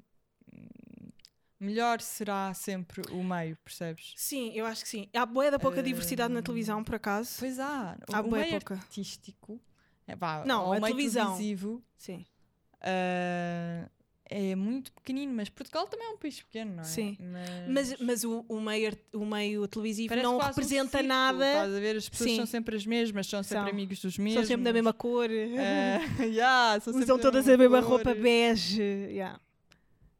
melhor será sempre o meio, percebes?
Sim, eu acho que sim. Há boa da pouca
Eh,
diversidade na televisão, por acaso.
Pois há. O,
Há
o
bué
meio
pouca.
artístico. é vá,
Não,
ou o
a
meio
televisão.
televisivo.
Sim.
Ah, é muito pequenino, mas Portugal também é um país pequeno, não é?
Sim.
Mas,
Mas, mas o, o meio, art- o meio televisivo
parece
não
quase um
representa
círculo,
nada.
Estás a ver? As pessoas
Sim.
são sempre as mesmas, são sempre
São.
amigos dos
São
mesmos.
sempre da mesma cor.
Ah, <laughs> yeah, são sempre
Usam
da
todas a mesma
cor,
roupa bege. Yeah.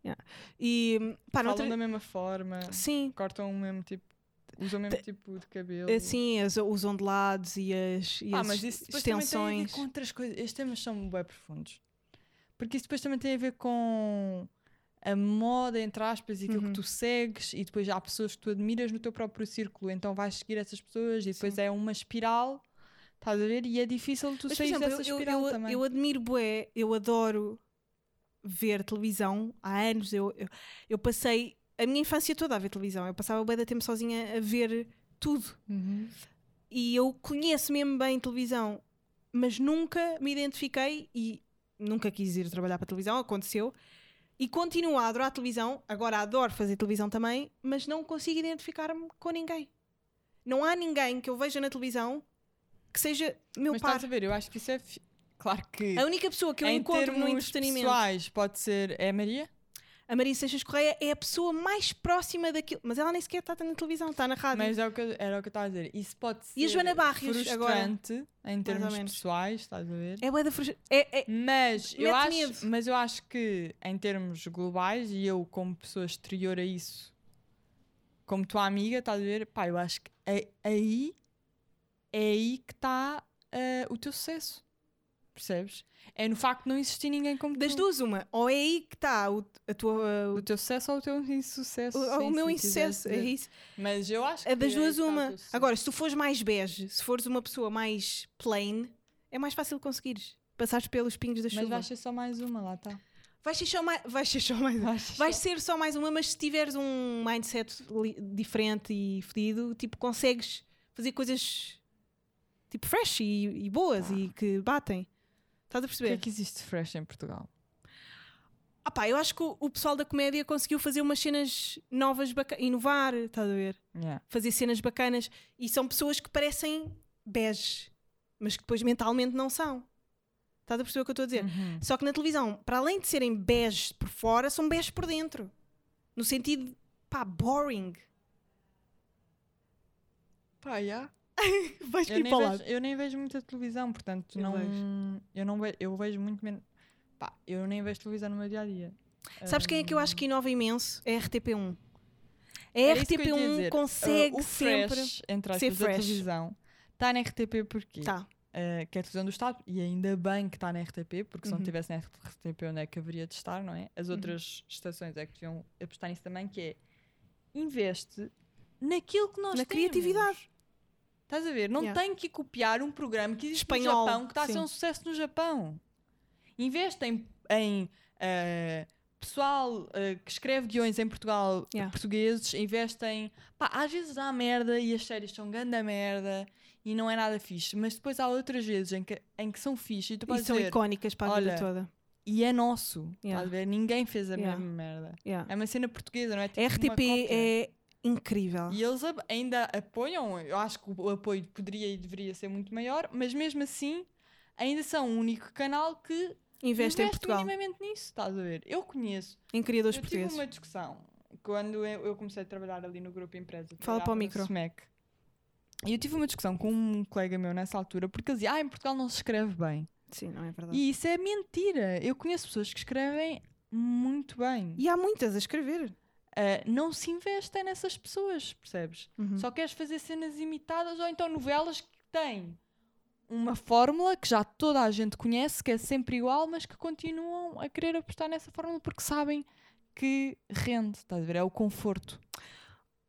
Yeah. E pá, não
Falam
outra...
da mesma forma,
Sim,
cortam o mesmo tipo, usam o mesmo tipo de cabelo.
assim, as- os ondulados e as, e
Ah,
as
mas isso depois também tem a
extensões.
ver com outras coisas. Estes temas são bem profundos. Porque isso depois também tem a ver com a moda, entre aspas, e aquilo que
Uhum.
tu segues, e depois há pessoas que tu admiras no teu próprio círculo, então vais seguir essas pessoas, e depois é uma espiral, estás a ver? E é difícil tu
Mas, por
sair
exemplo,
dessa
eu, eu,
espiral
eu-
também.
eu admiro bué, eu adoro ver televisão há anos. Eu, eu, eu passei a minha infância toda a ver televisão. Eu passava bué de tempo sozinha a ver tudo.
Uhum.
e eu conheço mesmo bem televisão, mas nunca me identifiquei e nunca quis ir trabalhar para a televisão, aconteceu. E continuo a adorar a televisão, agora adoro fazer televisão também, mas não consigo identificar-me com ninguém. Não há ninguém que eu veja na televisão que seja meu
Mas
par.
estás a ver? Eu acho que isso é. fi- Claro que.
A única pessoa que eu
em
encontro no
termos
entretenimento.
pessoais, pode ser. É a Maria?
A Maria Seixas Correia é a pessoa mais próxima daquilo. Mas ela nem sequer está na televisão, está na rádio.
Mas é o que eu- era o que eu estava a dizer. Isso pode ser
E a Joana Barrios, agora?
frustrante em termos
menos.
pessoais, estás a ver?
É bué da frustra- é, é-
Mas eu,
Mete medo.
acho, mas eu acho que em termos globais, e eu como pessoa exterior a isso, como tua amiga, estás a ver? Pá, eu acho que é- aí é aí que está eh, o teu sucesso. Percebes? É no facto de não existir ninguém como
Das
tu.
duas, uma. Ou é aí que está o- a tua.
O teu sucesso ou o teu insucesso.
o-
sim,
o meu
se quiseres
insucesso, é
dizer.
isso.
Mas eu acho
É das
que aí
duas,
está o
uma.
teu sucesso.
Agora, se tu fores mais bege, se fores uma pessoa mais plain, é mais fácil conseguires. Passares pelos pingos da
Mas
chuva.
vais ser só mais uma, lá está. é
Vais ser só mais. Vais ser só mais.
<laughs>
Vais ser só mais uma, mas se tiveres um mindset li- diferente e fedido, tipo, consegues fazer coisas tipo fresh e, e boas e que batem. Estás a
O que
perceber?
é que existe fresh em Portugal?
Ah pá, eu acho que o, o pessoal da comédia conseguiu fazer umas cenas novas, baca- inovar, estás a ver?
Yeah.
Fazer cenas bacanas. E são pessoas que parecem beges, mas que depois mentalmente não são. Estás a perceber o que eu estou a dizer?
Uhum.
Só que na televisão, para além de serem beges por fora, são beges por dentro. No sentido, de, pá, boring.
Pá, yeah.
Vais
eu,
vir
nem
para o
vejo,
lado.
eu nem vejo muita televisão, portanto,
Tipo, Eu
não,
vejo.
eu não vejo, eu vejo muito menos. Pá, eu nem vejo televisão no meu dia a dia.
Sabes quem é que eu acho que inova imenso? É a RTP1. É A
É
RTP1 consegue sempre.
entrar
ser
ser fresh.
fresh.
televisão. Está na RTP porque
Tá.
que é a televisão do Estado, e ainda bem que está na RTP, porque se não
Uhum.
tivesse na RTP, onde é que haveria de estar, não é? As outras estações é que deviam apostar nisso também, que é investe naquilo que nós
Na
temos.
criatividade.
Estás a ver? Não
Yeah.
tem que copiar um programa que existe
Espanhol,
no Japão que está a ser
sim.
um sucesso no Japão. Investe em, em, eh, pessoal eh, que escreve guiões em Portugal,
Yeah.
portugueses, investe em... Pá, às vezes há merda e as séries são ganda merda e não é nada fixe, mas depois há outras vezes em que, em que são fixe e tu
E
podes
são
dizer,
icónicas para a vida
olha,
toda.
e é nosso,
Yeah.
estás a ver? Ninguém fez a
Yeah.
mesma merda.
Yeah.
É uma cena portuguesa, não é? Tipo
A
uma
RTP
cópia.
é incrível.
E eles ap- ainda apoiam, eu acho que o apoio poderia e deveria ser muito maior, mas mesmo assim ainda são o único canal que
Investe em Portugal,
minimamente nisso, estás a ver? Eu conheço.
em criadores
eu
portugueses.
tive uma discussão quando eu, eu comecei a trabalhar ali no grupo empresa.
Fala para o
trabalhava no
micro.
SMEC. E eu tive uma discussão com um colega meu nessa altura, porque ele dizia, ah, em Portugal não se escreve bem.
Sim, não é verdade.
E isso é mentira. Eu conheço pessoas que escrevem muito bem.
E, há muitas a escrever.
Ah, não se investem nessas pessoas, percebes? Só queres fazer cenas imitadas ou então novelas que têm uma fórmula que já toda a gente conhece, que é sempre igual, mas que continuam a querer apostar nessa fórmula porque sabem que rende, estás a ver? É o conforto.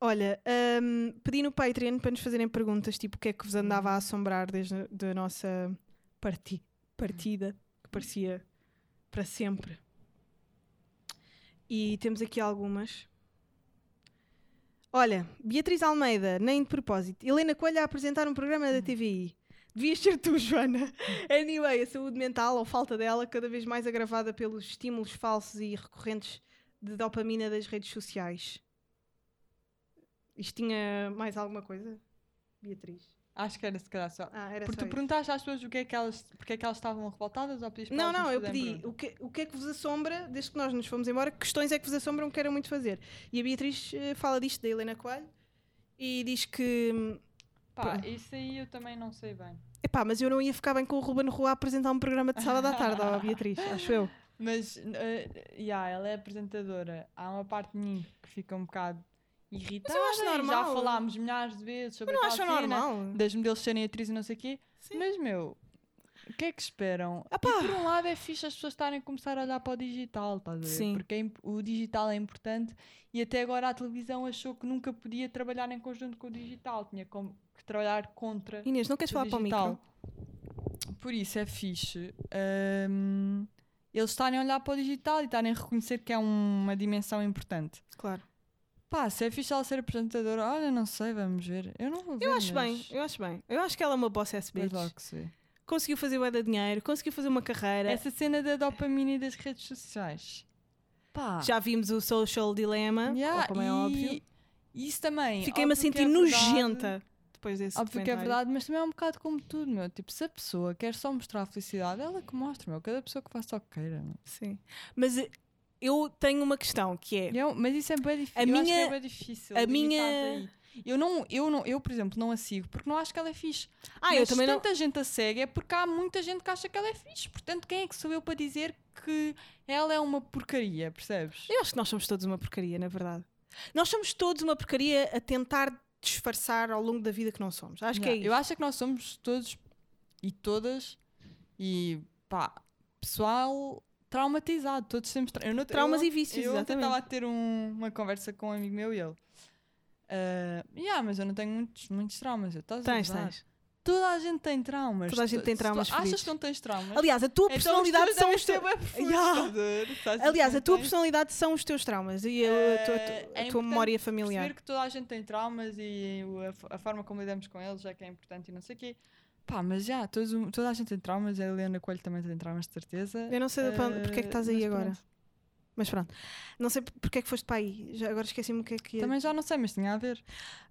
Olha, hum, pedi no Patreon para nos fazerem perguntas, tipo, o que é que vos andava a assombrar desde a da nossa parti- partida, que parecia para sempre. E temos aqui algumas. Olha, Beatriz Almeida, nem de propósito. Helena Coelho a apresentar um programa da TVI. Devias ser tu, Joana. <laughs> Anyway, a saúde mental, ou falta dela, cada vez mais agravada pelos estímulos falsos e recorrentes de dopamina das redes sociais. Isto tinha mais alguma coisa? Beatriz.
Acho que era se calhar só.
Ah, era
Porque
só
tu
isso.
perguntaste às pessoas o que é que elas, porque é que elas estavam revoltadas ou pediste para
Não,
elas nos
não, eu
fazerem
pedi
perguntas?
o que, o que é que vos assombra desde que nós nos fomos embora, que questões é que vos assombram que queiram muito fazer. E a Beatriz eh, fala disto da Helena Coelho e diz que hum,
Pá, isso aí eu também não sei bem.
epá, mas eu não ia ficar bem com o Ruben Rua a apresentar um programa de sábado à tarde,
<laughs>
ó Beatriz, acho eu.
Mas, eh, yeah, ela é apresentadora. Há uma parte de mim que fica um bocado irritada.
acho
e Já
normal.
falámos milhares de vezes sobre
Não
aquela
acho
cena,
normal.
das modelos serem atrizes e não sei o quê.
Sim.
Mas, meu, o que é que esperam?
Ah pá.
Por um lado é fixe as pessoas estarem a começar a olhar para o digital, estás a ver?
Sim.
Porque é imp- o digital é importante e até agora a televisão achou que nunca podia trabalhar em conjunto com o digital. Tinha como que trabalhar contra
Inês, não queres falar para o micro?
Por isso é fixe. hum, eles estarem a olhar para o digital e estarem a reconhecer que é uma dimensão importante.
Claro.
Pá, se é fixe ela ser apresentadora, olha, não sei, vamos ver. Eu não vou ver.
Eu acho bem,
mas-
eu acho bem. Eu acho que ela é uma boss ass
mas
bitch.
logo se vê.
Conseguiu fazer o de dinheiro, conseguiu fazer uma carreira.
Essa cena da dopamina e das redes sociais. Pá.
Já vimos o Social Dilemma,
Yeah,
ou como é
e-
óbvio.
e Isso também.
Fiquei-me a
óbvio que
sentir
é verdade.
nojenta depois desse
Óbvio que é
documentário.
verdade, mas também é um bocado como tudo, meu. Tipo, se a pessoa quer só mostrar a felicidade, ela que mostra, meu. Cada pessoa que faça o que queira, meu.
Sim. Mas eh, eu tenho uma questão que é.
Eu- mas isso é bem difícil.
A
eu acho que
minha-
é bem difícil.
a
limitar-te
minha-
aí. Eu, não, eu, não, eu, por exemplo, não a sigo porque não acho que ela é fixe.
Ah, eu
Mas
também
se
não.
tanta gente a segue é porque há muita gente que acha que ela é fixe. Portanto, quem é que sou eu para dizer que ela é uma porcaria, percebes?
Eu acho que nós somos todos uma porcaria, na verdade. Nós somos todos uma porcaria a tentar disfarçar ao longo da vida que não somos. Acho que é isso.
Eu acho que nós somos todos e todas e pá, pessoal traumatizado, todos temos tra- eu não-
Traumas
eu,
e vícios,
eu ontem
exatamente.
estava a ter um- uma conversa com um amigo meu e ele. "Ah, yeah, mas eu não tenho muitos, muitos traumas. Eu, estás a
Tens,
gozar."
tens.
Toda a gente tem traumas.
Toda a gente
Tu-
tem
se tu
traumas
Achas
fodidos.
que não tens traumas? então
Aliás, a tua personalidade são os teus. <laughs> Yeah.
teus.
Aliás, a tua personalidade são os teus traumas e a, a tua, a tua-
Eh, é
a tua
importante
memória
Perceber
familiar.
que toda a gente tem traumas e o- a, f- a forma como lidamos com eles é que é importante e não sei o quê. Pá, mas já, todos o- toda a gente tem traumas, a Helena Coelho também tem traumas, de certeza.
Eu não sei para onde-
Eh,
porque é que estás aí
mas
agora.
pronto.
Mas pronto. Não sei porque é que foste para aí. Já, agora esqueci-me o que é que ia.
Também já não sei, mas tinha a ver.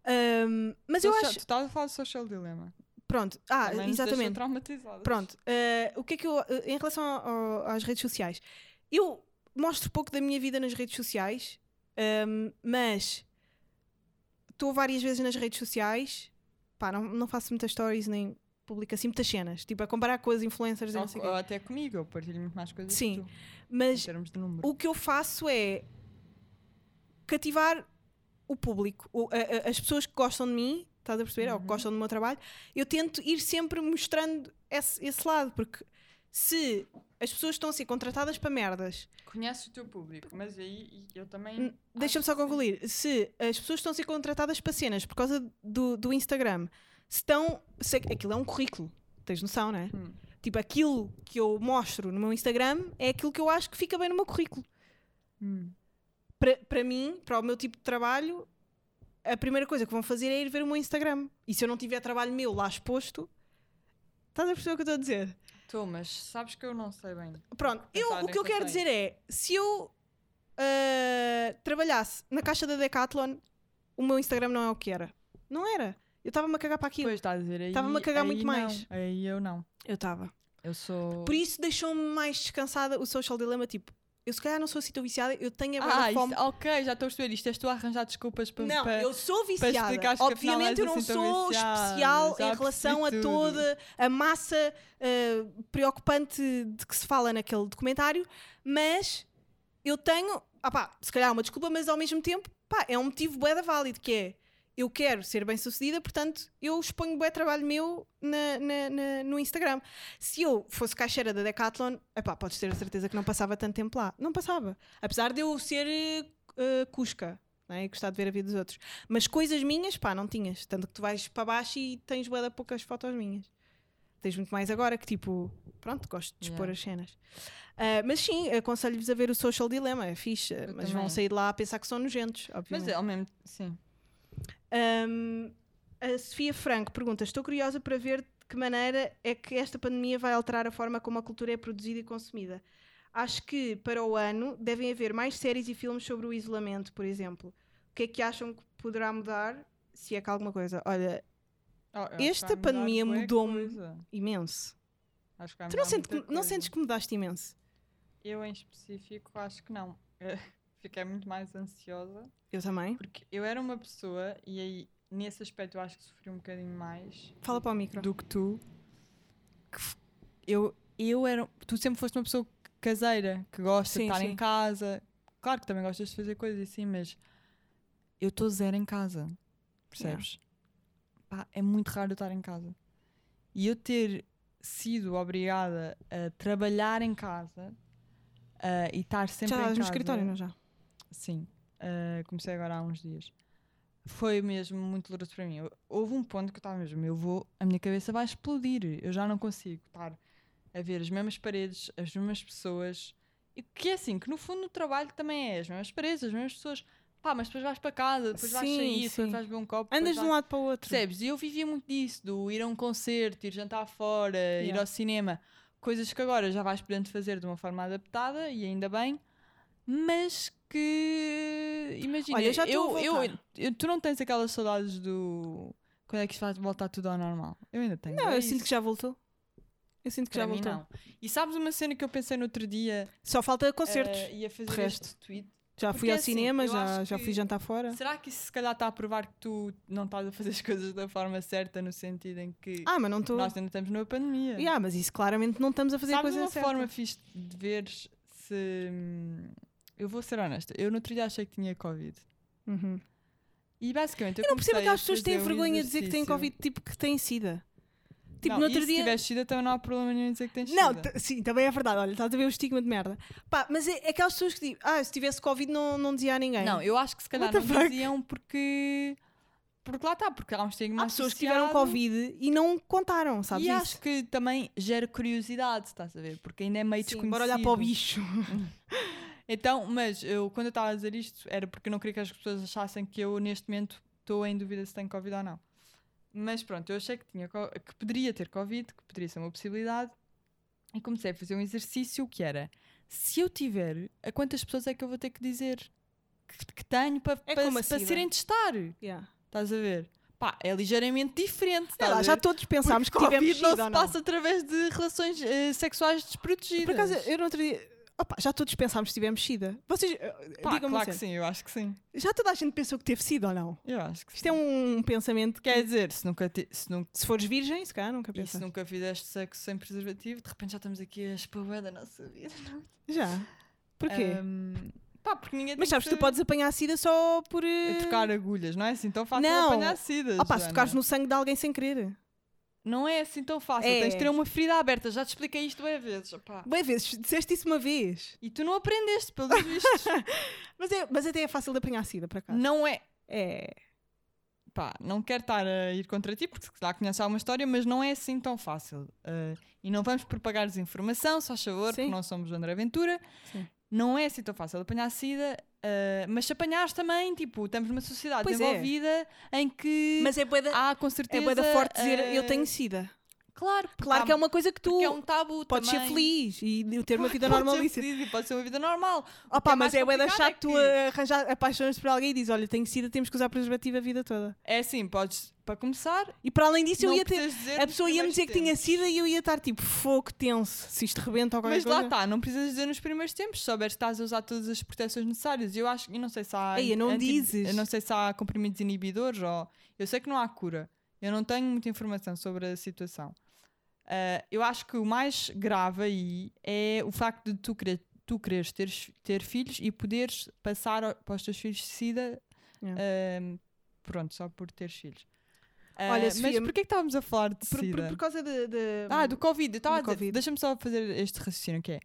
Ahm, mas eu
Social-
acho.
Tu estás a falar do social dilema.
Pronto. Ah,
Também nos deixou
exatamente.
traumatizadas.
Pronto, eh, o que é que eu. eh, em relação ao- ao- às redes sociais, eu mostro pouco da minha vida nas redes sociais, ehm, mas estou várias vezes nas redes sociais, pá, não, não faço muitas stories nem publico assim muitas cenas, tipo a comparar com as influencers e não sei o
Ou, ou
quê.
até comigo, eu partilho muito mais coisas
Sim,
que tu, em
Mas
termos de número.
o que eu faço é cativar o público, o- a- a- as pessoas que gostam de mim, estás a perceber? Ou que
Uhum.
gostam do meu trabalho, eu tento ir sempre mostrando esse, esse lado, porque se as pessoas estão a ser contratadas para merdas,
Conheces o teu público, mas aí eu também...
N- Hum, deixa-me só concluir, se as pessoas estão a ser contratadas para cenas por causa do, do Instagram, se estão. Se, aquilo é um currículo, tens noção, não é? Tipo, aquilo que eu mostro no meu Instagram é aquilo que eu acho que fica bem no meu currículo.
Hum.
para- para mim, para o meu tipo de trabalho, a primeira coisa que vão fazer é ir ver o meu Instagram. E se eu não tiver trabalho meu lá exposto, estás a perceber o que eu estou a dizer?
Estou, mas sabes que eu não sei bem.
Pronto, eu,
Pensar
o que eu
nessa
quero
cena.
dizer é: se eu ah, trabalhasse na caixa da Decathlon, o meu Instagram não é o que era. Não era. Eu estava-me a cagar para aquilo.
Pois estás a dizer, aí
Estava-me a cagar
aí
muito
não,
mais.
Aí eu não.
Eu estava.
Eu sou.
Por isso deixou-me mais descansada o social dilemma. Tipo, eu se calhar não sou assim tão viciada, eu tenho a
ah,
ah,
isso,
fome.
ok, já estou a perceber isto. És tu a arranjar desculpas para.
Não,
para...
eu sou viciada.
explicares que afinal
Obviamente eu
és
não
assim tão
sou
viciada,
especial
já
em relação a
percebi tudo.
toda a massa uh, preocupante de que se fala naquele documentário, mas eu tenho, ah pá, se calhar é uma desculpa, mas ao mesmo tempo, pá, é um motivo bué da válido, que é, eu quero ser bem sucedida, portanto, eu exponho bué trabalho meu na- na- na- no Instagram. Se eu fosse caixeira da Decathlon, epá, podes ter a certeza que não passava tanto tempo lá. Não passava. Apesar de eu ser eh, eh, cusca não é? e gostar de ver a vida dos outros. Mas coisas minhas, pá, não tinhas. Tanto que tu vais para baixo e tens bué de poucas fotos minhas. Tens muito mais agora que tipo, pronto, gosto de expor
Yeah.
as cenas. Ah, mas sim, aconselho-vos a ver o Social Dilemma, é fixe. mas vão
também.
sair de lá a pensar que são nojentos, obviamente.
Mas é ao mesmo Sim.
Um, a Sofia Franco pergunta: Estou curiosa para ver de que maneira é que esta pandemia vai alterar a forma como a cultura é produzida e consumida. Acho que para o ano devem haver mais séries e filmes sobre o isolamento, por exemplo. O que é que acham que poderá mudar? Se é que há alguma coisa. Olha,
Oh, eu acho que
Esta
vai mudar
pandemia
bué
mudou-me.
coisa.
imenso.
Acho que vai
Tu não,
mudar
sente
muita
que, não
coisa.
sentes que mudaste imenso?
Eu, em específico, acho que não. Eh, <laughs> Fiquei muito mais ansiosa.
Eu também.
Porque eu era uma pessoa, e aí, nesse aspecto, eu acho que sofri um bocadinho mais.
Fala para o micro.
do que tu. que f- eu, eu era. Tu sempre foste uma pessoa caseira, que
Sim,
gosta de estar
sim.
em casa. Claro que também gostas de fazer coisas assim, mas eu estou zero em casa. Percebes? Pá, é muito raro eu estar em casa. E eu ter sido obrigada a trabalhar em casa ah, e estar sempre
já
em
estás
casa. é.
no escritório, não é? já?
Sim, ah, comecei agora há uns dias. Foi mesmo muito doloroso para mim. Eu- Houve um ponto que eu estava mesmo, eu vou, a minha cabeça vai explodir. Eu já não consigo estar a ver as mesmas paredes, as mesmas pessoas. E que é assim, que no fundo o trabalho também é as mesmas paredes, as mesmas pessoas. Pá, mas depois vais para casa, depois vais
Sim,
sair,
sim.
depois vais ver um copo. depois
Andas de
vais-
um lado para o outro.
Percebes? E eu vivia muito disso, do ir a um concerto, ir jantar fora, ir
Yeah.
ao cinema. Coisas que agora já vais podendo fazer de uma forma adaptada, e ainda bem. Mas que... Imagina,
Olha, eu já estou
eu,
a
eu,
voltar.
eu- Tu não tens aquelas saudades do... Quando é que isto vai voltar tudo ao normal? Eu ainda tenho.
Não,
é
Ah, eu
isso.
sinto que já voltou. Eu sinto que
Para
já
mim,
voltou.
não. E sabes uma cena que eu pensei no outro dia?
Só falta concertos.
eh, ia fazer
de resto. É.
este tweet.
já fui
porque
ao
assim,
cinema,
eu
já,
acho
já
que-
fui jantar fora.
Será que isso se calhar está a provar que tu não estás a fazer as coisas da forma certa, no sentido em que
Ah, mas não estou.
nós ainda estamos numa pandemia?
Yeah, mas isso claramente não estamos a fazer
Sabes
coisa
uma
certa.
forma fixe de ver se... hum, Eu vou ser honesta, eu no outro dia achei que tinha Covid.
Uhum.
E basicamente eu
Eu não percebo
comecei a
aquelas pessoas que têm
fazer um
vergonha de dizer que têm
exercício.
Covid, tipo que têm sida. Tipo,
não,
no
e
outro
se
dia.
tiveres sida também não há problema nenhum em dizer que tens
Não,
sida.
t- sim, também é verdade. Olha, estás a ver o estigma de merda. Pá, mas é, é aquelas pessoas que dizem, ah, se tivesse Covid não, não dizia a ninguém.
Não, eu acho que se calhar
What the
não
fuck?
diziam porque... Porque lá está, porque há um estigma
Há pessoas que tiveram
associado.
Covid e não contaram, sabes?
e
isso?
acho que também gera curiosidade, estás a ver? Porque ainda é meio
Sim,
desconhecido.
bora olhar para o
<laughs>
bicho.
Então, mas eu quando eu estava a dizer isto era porque eu não queria que as pessoas achassem que eu neste momento estou em dúvida se tenho Covid ou não. Mas pronto, eu achei que, tinha, co- que poderia ter Covid, que poderia ser uma possibilidade, e comecei a fazer um exercício que era: se eu tiver, a quantas pessoas é que eu vou ter que dizer que, que tenho para
É
para-
como a
para
sida.
serem testar?
Yeah.
Estás a ver? Pá, é ligeiramente diferente.
Sei
estás
lá,
a
já
ver?
todos pensámos que
Porque
tivemos
Covid não
sida
se
ou não.
passa através de relações eh, sexuais desprotegidas.
Por acaso, eu no outro dia. Opá, já todos pensámos que tivemos sida. Vocês, eh,
Pá,
digam-me
claro que
assim,
sim, eu acho que sim.
já toda a gente pensou que teve sida ou não?
Eu acho que
Isto é um pensamento que
Quer
é,
dizer, se nunca, ti- se nunca,
se fores virgem, se calhar nunca
e se
pensaste.
nunca fizeste sexo sem preservativo, de repente já estamos aqui a espalhar da nossa vida.
Já. Porquê?
Ahm, <laughs> pá, Ah, porque ninguém
Mas
tem
sabes,
que
tu podes apanhar sida só por. eh,
trocar agulhas, não é assim tão fácil
Não.
apanhar sida.
Opá, se
Joana.
tocares no sangue de alguém sem querer.
Não é assim tão fácil,
É.
tens de ter uma ferida aberta, já te expliquei isto bem vezes. opá.
Bem, vezes, disseste isso uma vez.
E tu não aprendeste, pelos vistos.
Mas, é, mas até é fácil de apanhar sida, por acaso.
<laughs> não é.
É.
pá, não quero estar a ir contra ti, porque se calhar conheces alguma história, mas não é assim tão fácil. Ah, e não vamos propagar desinformação, só favor,
Sim.
porque não somos o André Aventura.
Sim.
Não é assim tão fácil apanhar sida, ah, mas se apanhares também, tipo, estamos numa sociedade
Pois é.
desenvolvida em que
Mas é boeda,
há com certeza.
é boeda forte dizer
ah,
eu tenho sida.
Claro, porque
Claro
há-
que é uma coisa que tu
porque é um tabu
podes
também.
ser feliz e de
<laughs>
ter uma vida
Pode ser
normalíssima.
feliz e Pode ser uma vida normal.
Opa,
é
mas
mais
é bué da
complicado é
chato tu
que-
arranjar apaixonas por alguém e dizes, olha, tenho sida, temos que usar preservativo a vida toda.
É assim, podes, para começar,
E para além disso, eu
não
ia ter.
precisas dizer
A
nos
pessoa ia me
primeiros
dizer que tinha
tempos.
sida e eu ia estar tipo fogo tenso se isto rebenta ou qualquer
Mas
coisa.
lá está, não precisas dizer nos primeiros tempos, se souberes que estás a usar todas as proteções necessárias. Eu acho, eu não sei se há.
Ei, eu não dizes.
Eu não sei se há comprimidos inibidores ou. Eu sei que não há cura. Eu não tenho muita informação sobre a situação. Ah, eu acho que o mais grave aí é o facto de tu, querer, tu quereres ter, ter filhos e poderes passar ao- para os teus filhos SIDA.
Yeah.
ah, pronto, só por teres filhos. Ah,
É. Olha,
mas
Sofia,
porquê que estávamos a falar de
Por,
SIDA?
por, por causa de, de-
Ah, do Covid. Eu estava
do
a dizer,
Covid.
deixa-me só fazer este raciocínio que é.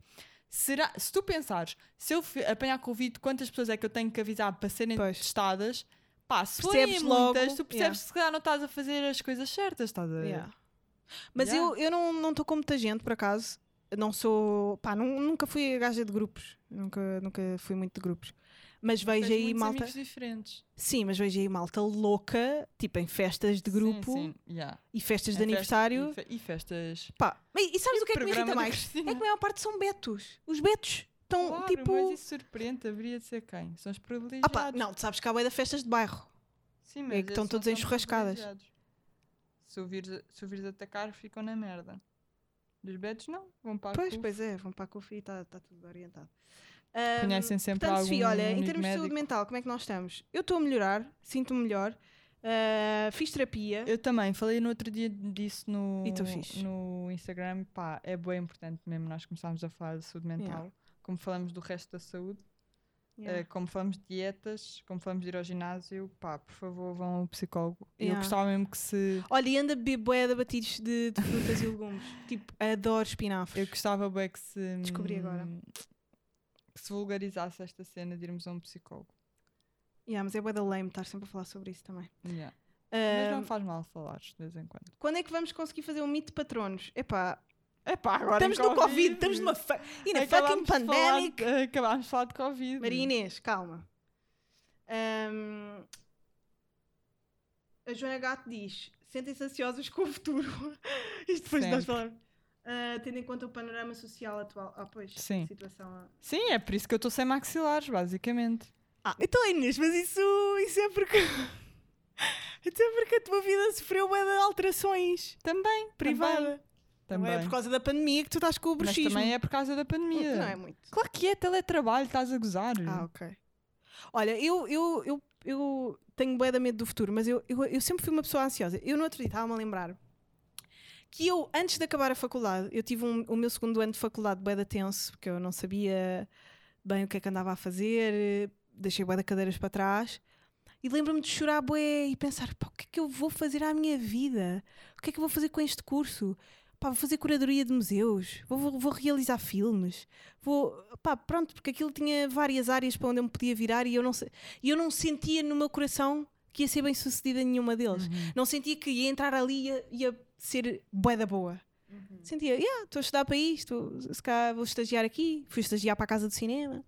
Será, se tu pensares, se eu fi- apanhar Covid, quantas pessoas é que eu tenho que avisar para serem
Pois.
testadas? Pá, se
Percebes
forem muitas,
logo,
tu
yeah.
percebes que se calhar não estás a fazer as coisas certas, estás a ver?
Yeah. Mas
Yeah.
eu, eu não não estou com muita gente, por acaso. Eu Não sou. Pá, nun- nunca fui a gaja de grupos. Nunca, nunca fui muito de grupos. Mas
Tens
vejo aí
muitos
malta.
amigos diferentes.
Sim, mas vejo aí malta louca, tipo em festas de
Sim,
grupo
sim, yeah.
e festas de
Em festa-
aniversário.
e fe- E festas.
Pá, e, e sabes
E
o que é que me
programa
irrita
da
mais? É que
Cristina.
a maior parte são betos. Os betos estão
Claro,
tipo.
mas isso é surpreende, haveria de ser quem? São os privilegiados.
Ah pá, não, tu sabes que há bué de festas de bairro.
Sim,
É que
mas
estão
esses
todos
não são
enchurrascadas.
privilegiados. Se o vires, se o vires atacar, ficam na merda. Dos betos, não. Vão para a
Pois,
CUF.
pois é, vão para a CUF e está tudo orientado. Ahm,
Conhecem sempre
portanto,
algum
Sofia, olha, em
único
termos de saúde
médico?
mental, como é que nós estamos? Eu estou a melhorar, sinto-me melhor, ah, fiz terapia.
Eu também, falei no outro dia disso no,
E tu fixe.
no Instagram. Pá, é bem importante mesmo nós começarmos a falar de saúde mental.
Yeah.
Como falamos do resto da saúde, eh,
Yeah.
como falamos de dietas, como falamos de ir ao ginásio, pá, por favor, vão ao psicólogo.
Yeah.
Eu gostava mesmo que se.
Olha, e anda a beber bué de abatidos de, de frutas e
<laughs>
legumes. Tipo, adoro espinafres.
Eu gostava bem que se.
Descobri agora.
hum, Que se vulgarizasse esta cena de irmos a um psicólogo.
Yeah, mas é bué da lame estar sempre a falar sobre isso também.
Yeah. Mas
Ahm,
não faz mal falar de vez em quando.
quando é que vamos conseguir fazer um mito de patronos? Epá,
É pá, agora. É
estamos no Covid, estamos numa fa- in a fucking pandemic.
acabámos de falar de Covid.
Maria Inês, calma. Ahm, a Joana Gato diz: sentem-se ansiosos com o futuro. <laughs> Isto depois de nós
Sempre.
falarmos. Ah, tendo em conta o panorama social atual. Ah, pois,
Sim.
a situação. ah.
Sim, é por isso que eu estou sem maxilares, basicamente.
Ah, então Inês, mas isso, isso é porque. <laughs> é Até porque a tua vida sofreu uma de alterações
Também, privada.
privada. Também. é por causa da pandemia que tu estás com o
Mas
bruxismo.
também é por causa da pandemia.
Não é muito.
Claro que é teletrabalho, estás a gozar.
Ah, ok. Olha, eu, eu, eu, eu tenho bué da medo do futuro, mas eu, eu, eu sempre fui uma pessoa ansiosa. Eu no outro dia estava-me a lembrar que eu, antes de acabar a faculdade, eu tive um- o meu segundo ano de faculdade bué da tenso, porque eu não sabia bem o que é que andava a fazer, eh, deixei bué da cadeiras para trás. E lembro-me de chorar bué e pensar, pá, o que é que eu vou fazer à minha vida? O que é que eu vou fazer com este curso? Pá, vou fazer curadoria de museus, vou- vou, vou realizar filmes, vou, pá, pronto, porque aquilo tinha várias áreas para onde eu me podia virar e eu não, se- e eu não sentia no meu coração que ia ser bem sucedida em nenhuma deles.
Uhum.
Não sentia que ia entrar ali e ia, ia ser bué da boa. Sentia, yeah, estou a estudar para isto, se cá vou estagiar aqui, fui estagiar para a casa do cinema.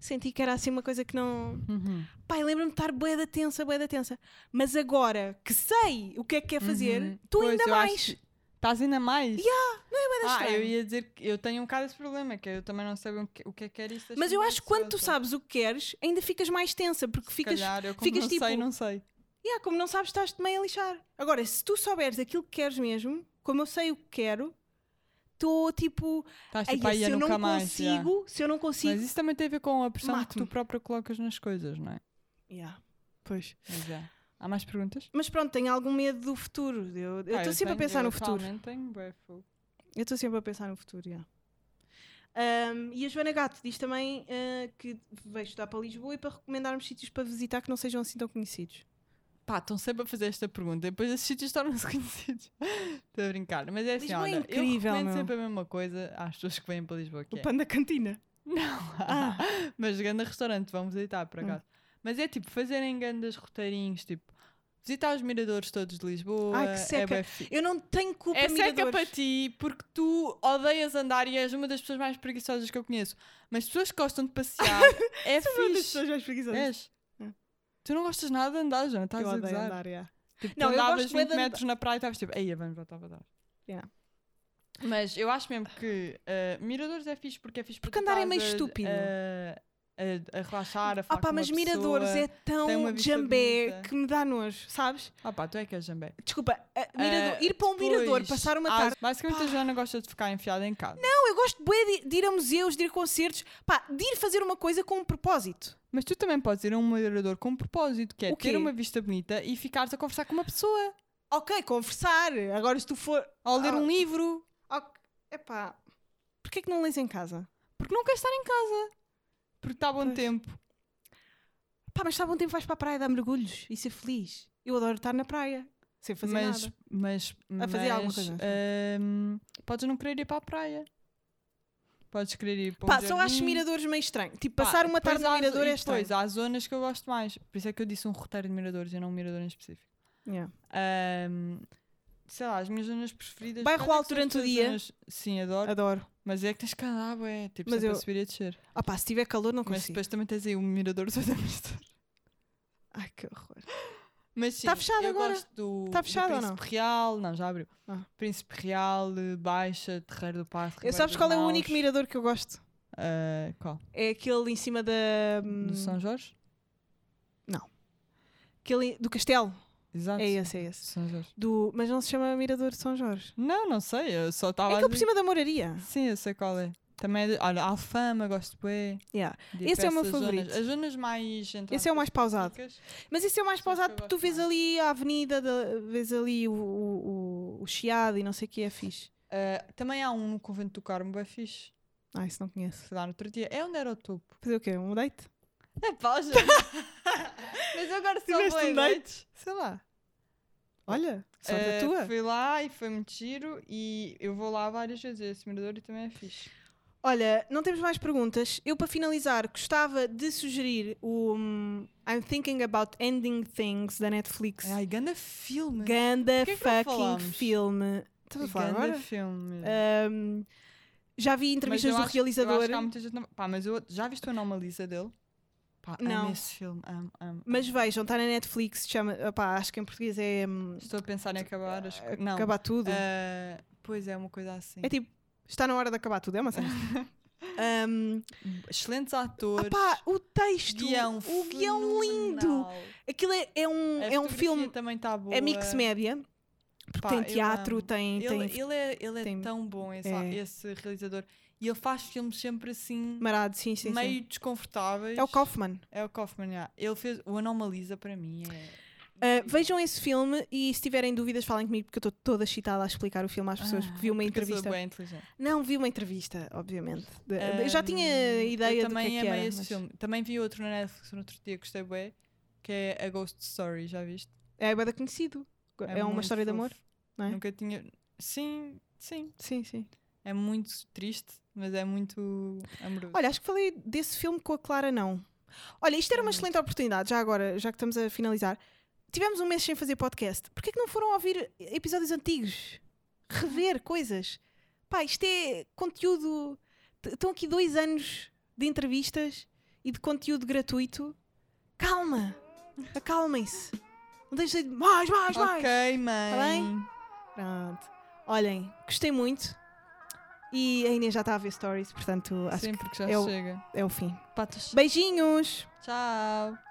Senti que era assim uma coisa que não.
Uhum.
Pai, lembro-me de estar bué da tensa, bué da tensa. Mas agora que sei o que é que quer fazer,
Uhum.
tu
Pois,
ainda
eu acho
mais. é
que Estás ainda mais?
Bué da
ah, eu
estranho.
ia dizer que eu tenho um bocado esse problema, que eu também não sei o que, o que é que era isso.
Mas eu acho que quando tu
sabes
sabes o que queres, ainda ficas mais tensa, porque ficas.
calhar, eu como
ficas
não sei,
tipo-
não sei.
Yeah, como não sabes, estás-te meio a lixar. Agora, se tu souberes aquilo que queres mesmo, como eu sei o que quero, estou tipo,
Estás
"Ai,
tipo, aí,
se eu
nunca
não
mais. já."
consigo, se eu não consigo.
Mas isso também tem a ver com a pressão que tu
Mato-me.
própria colocas nas coisas, não é?
Yeah, Pois.
Mas é. Há mais perguntas?
Mas pronto, tenho algum medo do futuro. Eu
Pá,
estou sempre a
tenho-
pensar
Ah, eu
no futuro.
atualmente tenho bué fogo.
Eu estou sempre a pensar no futuro, já. Ahm, e a Joana Gato diz também ah, que veio estudar para Lisboa e para recomendarmos sítios para visitar que não sejam assim tão conhecidos.
Pá, estão sempre a fazer esta pergunta. e Depois esses sítios tornam-se <laughs> conhecidos. Estou a brincar. Mas é assim,
Lisboa é
olha,
incrível,
eu recomendo
meu.
sempre a mesma coisa às pessoas que vêm para Lisboa. Que
O
é,
pão da cantina. Ah.
<laughs> Mas grande restaurante, vão visitar, por
Hum.
acaso. Mas é tipo, fazerem grandes roteirinhos, tipo, visitar os miradores todos de Lisboa.
Ai, que seca.
É, bué fi-
Eu não tenho culpa
é seca
miradores.
para ti, porque tu odeias andar e és uma das pessoas mais preguiçosas que eu conheço. Mas pessoas que gostam de
<laughs>
passear, é
Sou uma das
fixe.
pessoas mais preguiçosas.
És.
Hum.
Tu não gostas nada de andar, Jana, estás
Eu
a
odeio
gozar.
andar, já.
Tipo,
Não,
tu
eu
andavas
gosto bué
20
de andar.
metros na praia e estavas tipo, aí vamos voltar a andar.
Yeah.
Mas eu acho mesmo que eh, Miradores é fixe porque é fixe
Porque
tu
andar é
estás
meio
a- eh,
estúpido.
A, a, a relaxar, a
Ah pá,
falar com uma
mas Miradores
pessoa.
é
tem uma
tão
vista
jambé
bonita.
que me dá nojo, sabes?
Ah pá, tu é que és jambé.
Desculpa, a- mirador- ir para um
Depois,
mirador, passar uma
ah,
tarde.
Basicamente
Pá.
a Joana gosta de ficar enfiada em casa.
Não, eu gosto bué de, de ir a museus, de ir a concertos, pá, de ir fazer uma coisa com um propósito.
Mas tu também podes ir a um mirador com um propósito, que é
O quê?
ter uma vista bonita e ficares a conversar com uma pessoa.
Ok, conversar. Agora se tu for.
Ou ler
Ah.
um livro.
Ok, epá. Porquê que não lês em casa?
Porque não queres estar em casa. Porque está bom
Pois.
tempo.
Pá, mas sabe um tempo vais para a praia dar mergulhos e ser feliz. Eu adoro estar na praia, sem fazer
mas,
nada.
mas,
A fazer alguma
mas,
coisa, não
ahm, podes não querer ir para a praia. Podes querer ir para um
Pá, só
jardim.
acho miradores meio estranho. Tipo,
Pá,
passar uma
depois
tarde no
há-
mirador
e
é estranho.
Depois, há zonas que eu gosto mais. Por isso é que eu disse um roteiro de miradores e não um mirador em específico.
Yeah.
Ahm, sei lá, as minhas zonas preferidas.
Bairro
quais é que
alto
são as
durante o
tuas
dia?
zonas? Sim, adoro.
Adoro.
Mas é que tens que andar, ué. Tipo,
Mas
sempre
eu-
a subir e a descer.
Ah pá, se tiver calor não
Mas
consigo.
depois também tens aí o mirador do Amistad.
Ai que horror.
Mas sim,
Tá fechado
eu
agora?
gosto do,
Tá fechado
do
ou não?
Príncipe Real. Não, já abriu.
Ah.
Príncipe Real, eh, Baixa, Terreiro do
Eu
Passo. Ribeiro
sabes
dos
qual é o
Maus.
único mirador que eu gosto?
Ah, qual?
É aquele em cima da.
Do
hum,
São Jorge?
Aquele do castelo.
Exato.
É esse, é esse.
São Jorge.
Do, mas não se chama Mirador de São Jorge.
Não, não sei. Eu só estava
é
a
aquele por
dizer-
cima da moraria.
Sim, eu sei qual é. Também é de... Olha, Alfama, gosto bué.
Yeah.
de
Esse é o meu
peças, zonas-
favorito.
As zonas mais... entre
Esse é o
aspas,
mais pausado.
pacíficas.
Mas isso é mais
Sabes que eu
pausado porque tu
gosto
vês
mais.
ali a avenida, da- vês ali o, o, o- o chiado e não sei o que é fixe.
Ah, também há um no Convento do Carmo, bué fixe.
Ah, isso não conheço.
Se dá no outro dia. É onde era o topo.
Fazer o quê? Um date?
É <laughs> pausa. Mas eu agora só
Tiveste
vou
um
em
date?
noites. Sei lá.
Olha, só da
Ah,
tua.
Fui lá e foi muito giro. E eu vou lá várias vezes. Esse mirador e também é fixe.
Olha, não temos mais perguntas. Eu, para finalizar, gostava de sugerir o hum, I'm Thinking About Ending Things da Netflix.
Ai, ganda filme.
Ganda
Porquê que
fucking
não falámos?
filme. Estás a falar
Ganda
agora?
filme.
Hum, já vi
Mas
entrevistas
eu
do
acho- eu acho que há
realizador,
muita gente não- Pá, mas eu já viste o Anomalisa dele? Pá,
Não.
amo esse filme, amo, amo.
mas vejam, está na Netflix, chama, opá, acho que em português é hum,
Estou a pensar em acabar as co- Não.
eh, Acabar Tudo.
Ah, pois é, uma coisa assim.
É tipo, está na hora de acabar tudo, é uma cena. Hum,
Excelentes atores.
opá, o texto,
guião
Ah, o guião lindo.
fenomenal.
Aquilo é, é um,
A
é um
fotografia
filme
também está boa.
É mix média. Porque
Pá,
tem
eu
teatro,
amo.
tem.
Ele,
tem
ele é, ele é
tem-
tão bom, esse,
é.
esse realizador. E ele faz filmes sempre assim,
Marado, sim, sim, sim.
meio desconfortáveis.
É o Kaufman.
É o Kaufman, já. Ele fez o Anomalisa para mim. É...
Uh, vejam esse filme e se tiverem dúvidas falem comigo porque eu estou toda excitada a explicar o filme às pessoas porque vi uma
Ah, porque eu sou
entrevista.
bué inteligente.
Não, vi uma entrevista, obviamente. De- eu já tinha
Hum,
ideia
eu
do que, é
também
que
amei
era.
esse
mas-
filme. Também vi outro na Netflix no outro dia, gostei bué, que é A Ghost Story, já viste?
É bem conhecido. É, uma
muito
história de
fofo.
amor? não é?
Nunca tinha... Sim, sim.
Sim, sim.
É muito triste, mas é muito amoroso.
Olha, acho que falei desse filme com a Clara, não. Olha, isto era uma
Hum.
excelente oportunidade, já agora, já que estamos a finalizar. Tivemos um mês sem fazer podcast. Porquê é que não foram ouvir episódios antigos?
Hum.
Rever coisas? Pá, isto é conteúdo. T- Estão aqui dois anos de entrevistas e de conteúdo gratuito. Calma! Acalmem-se! Não deixem de. Mais, mais, mais!
ok, mãe.
Tá bem? Pronto. Olhem, gostei muito. E a Inês já está a ver stories, portanto acho
Sim, porque já
é o-
chega.
que é o fim.
Patos.
Beijinhos!
Tchau.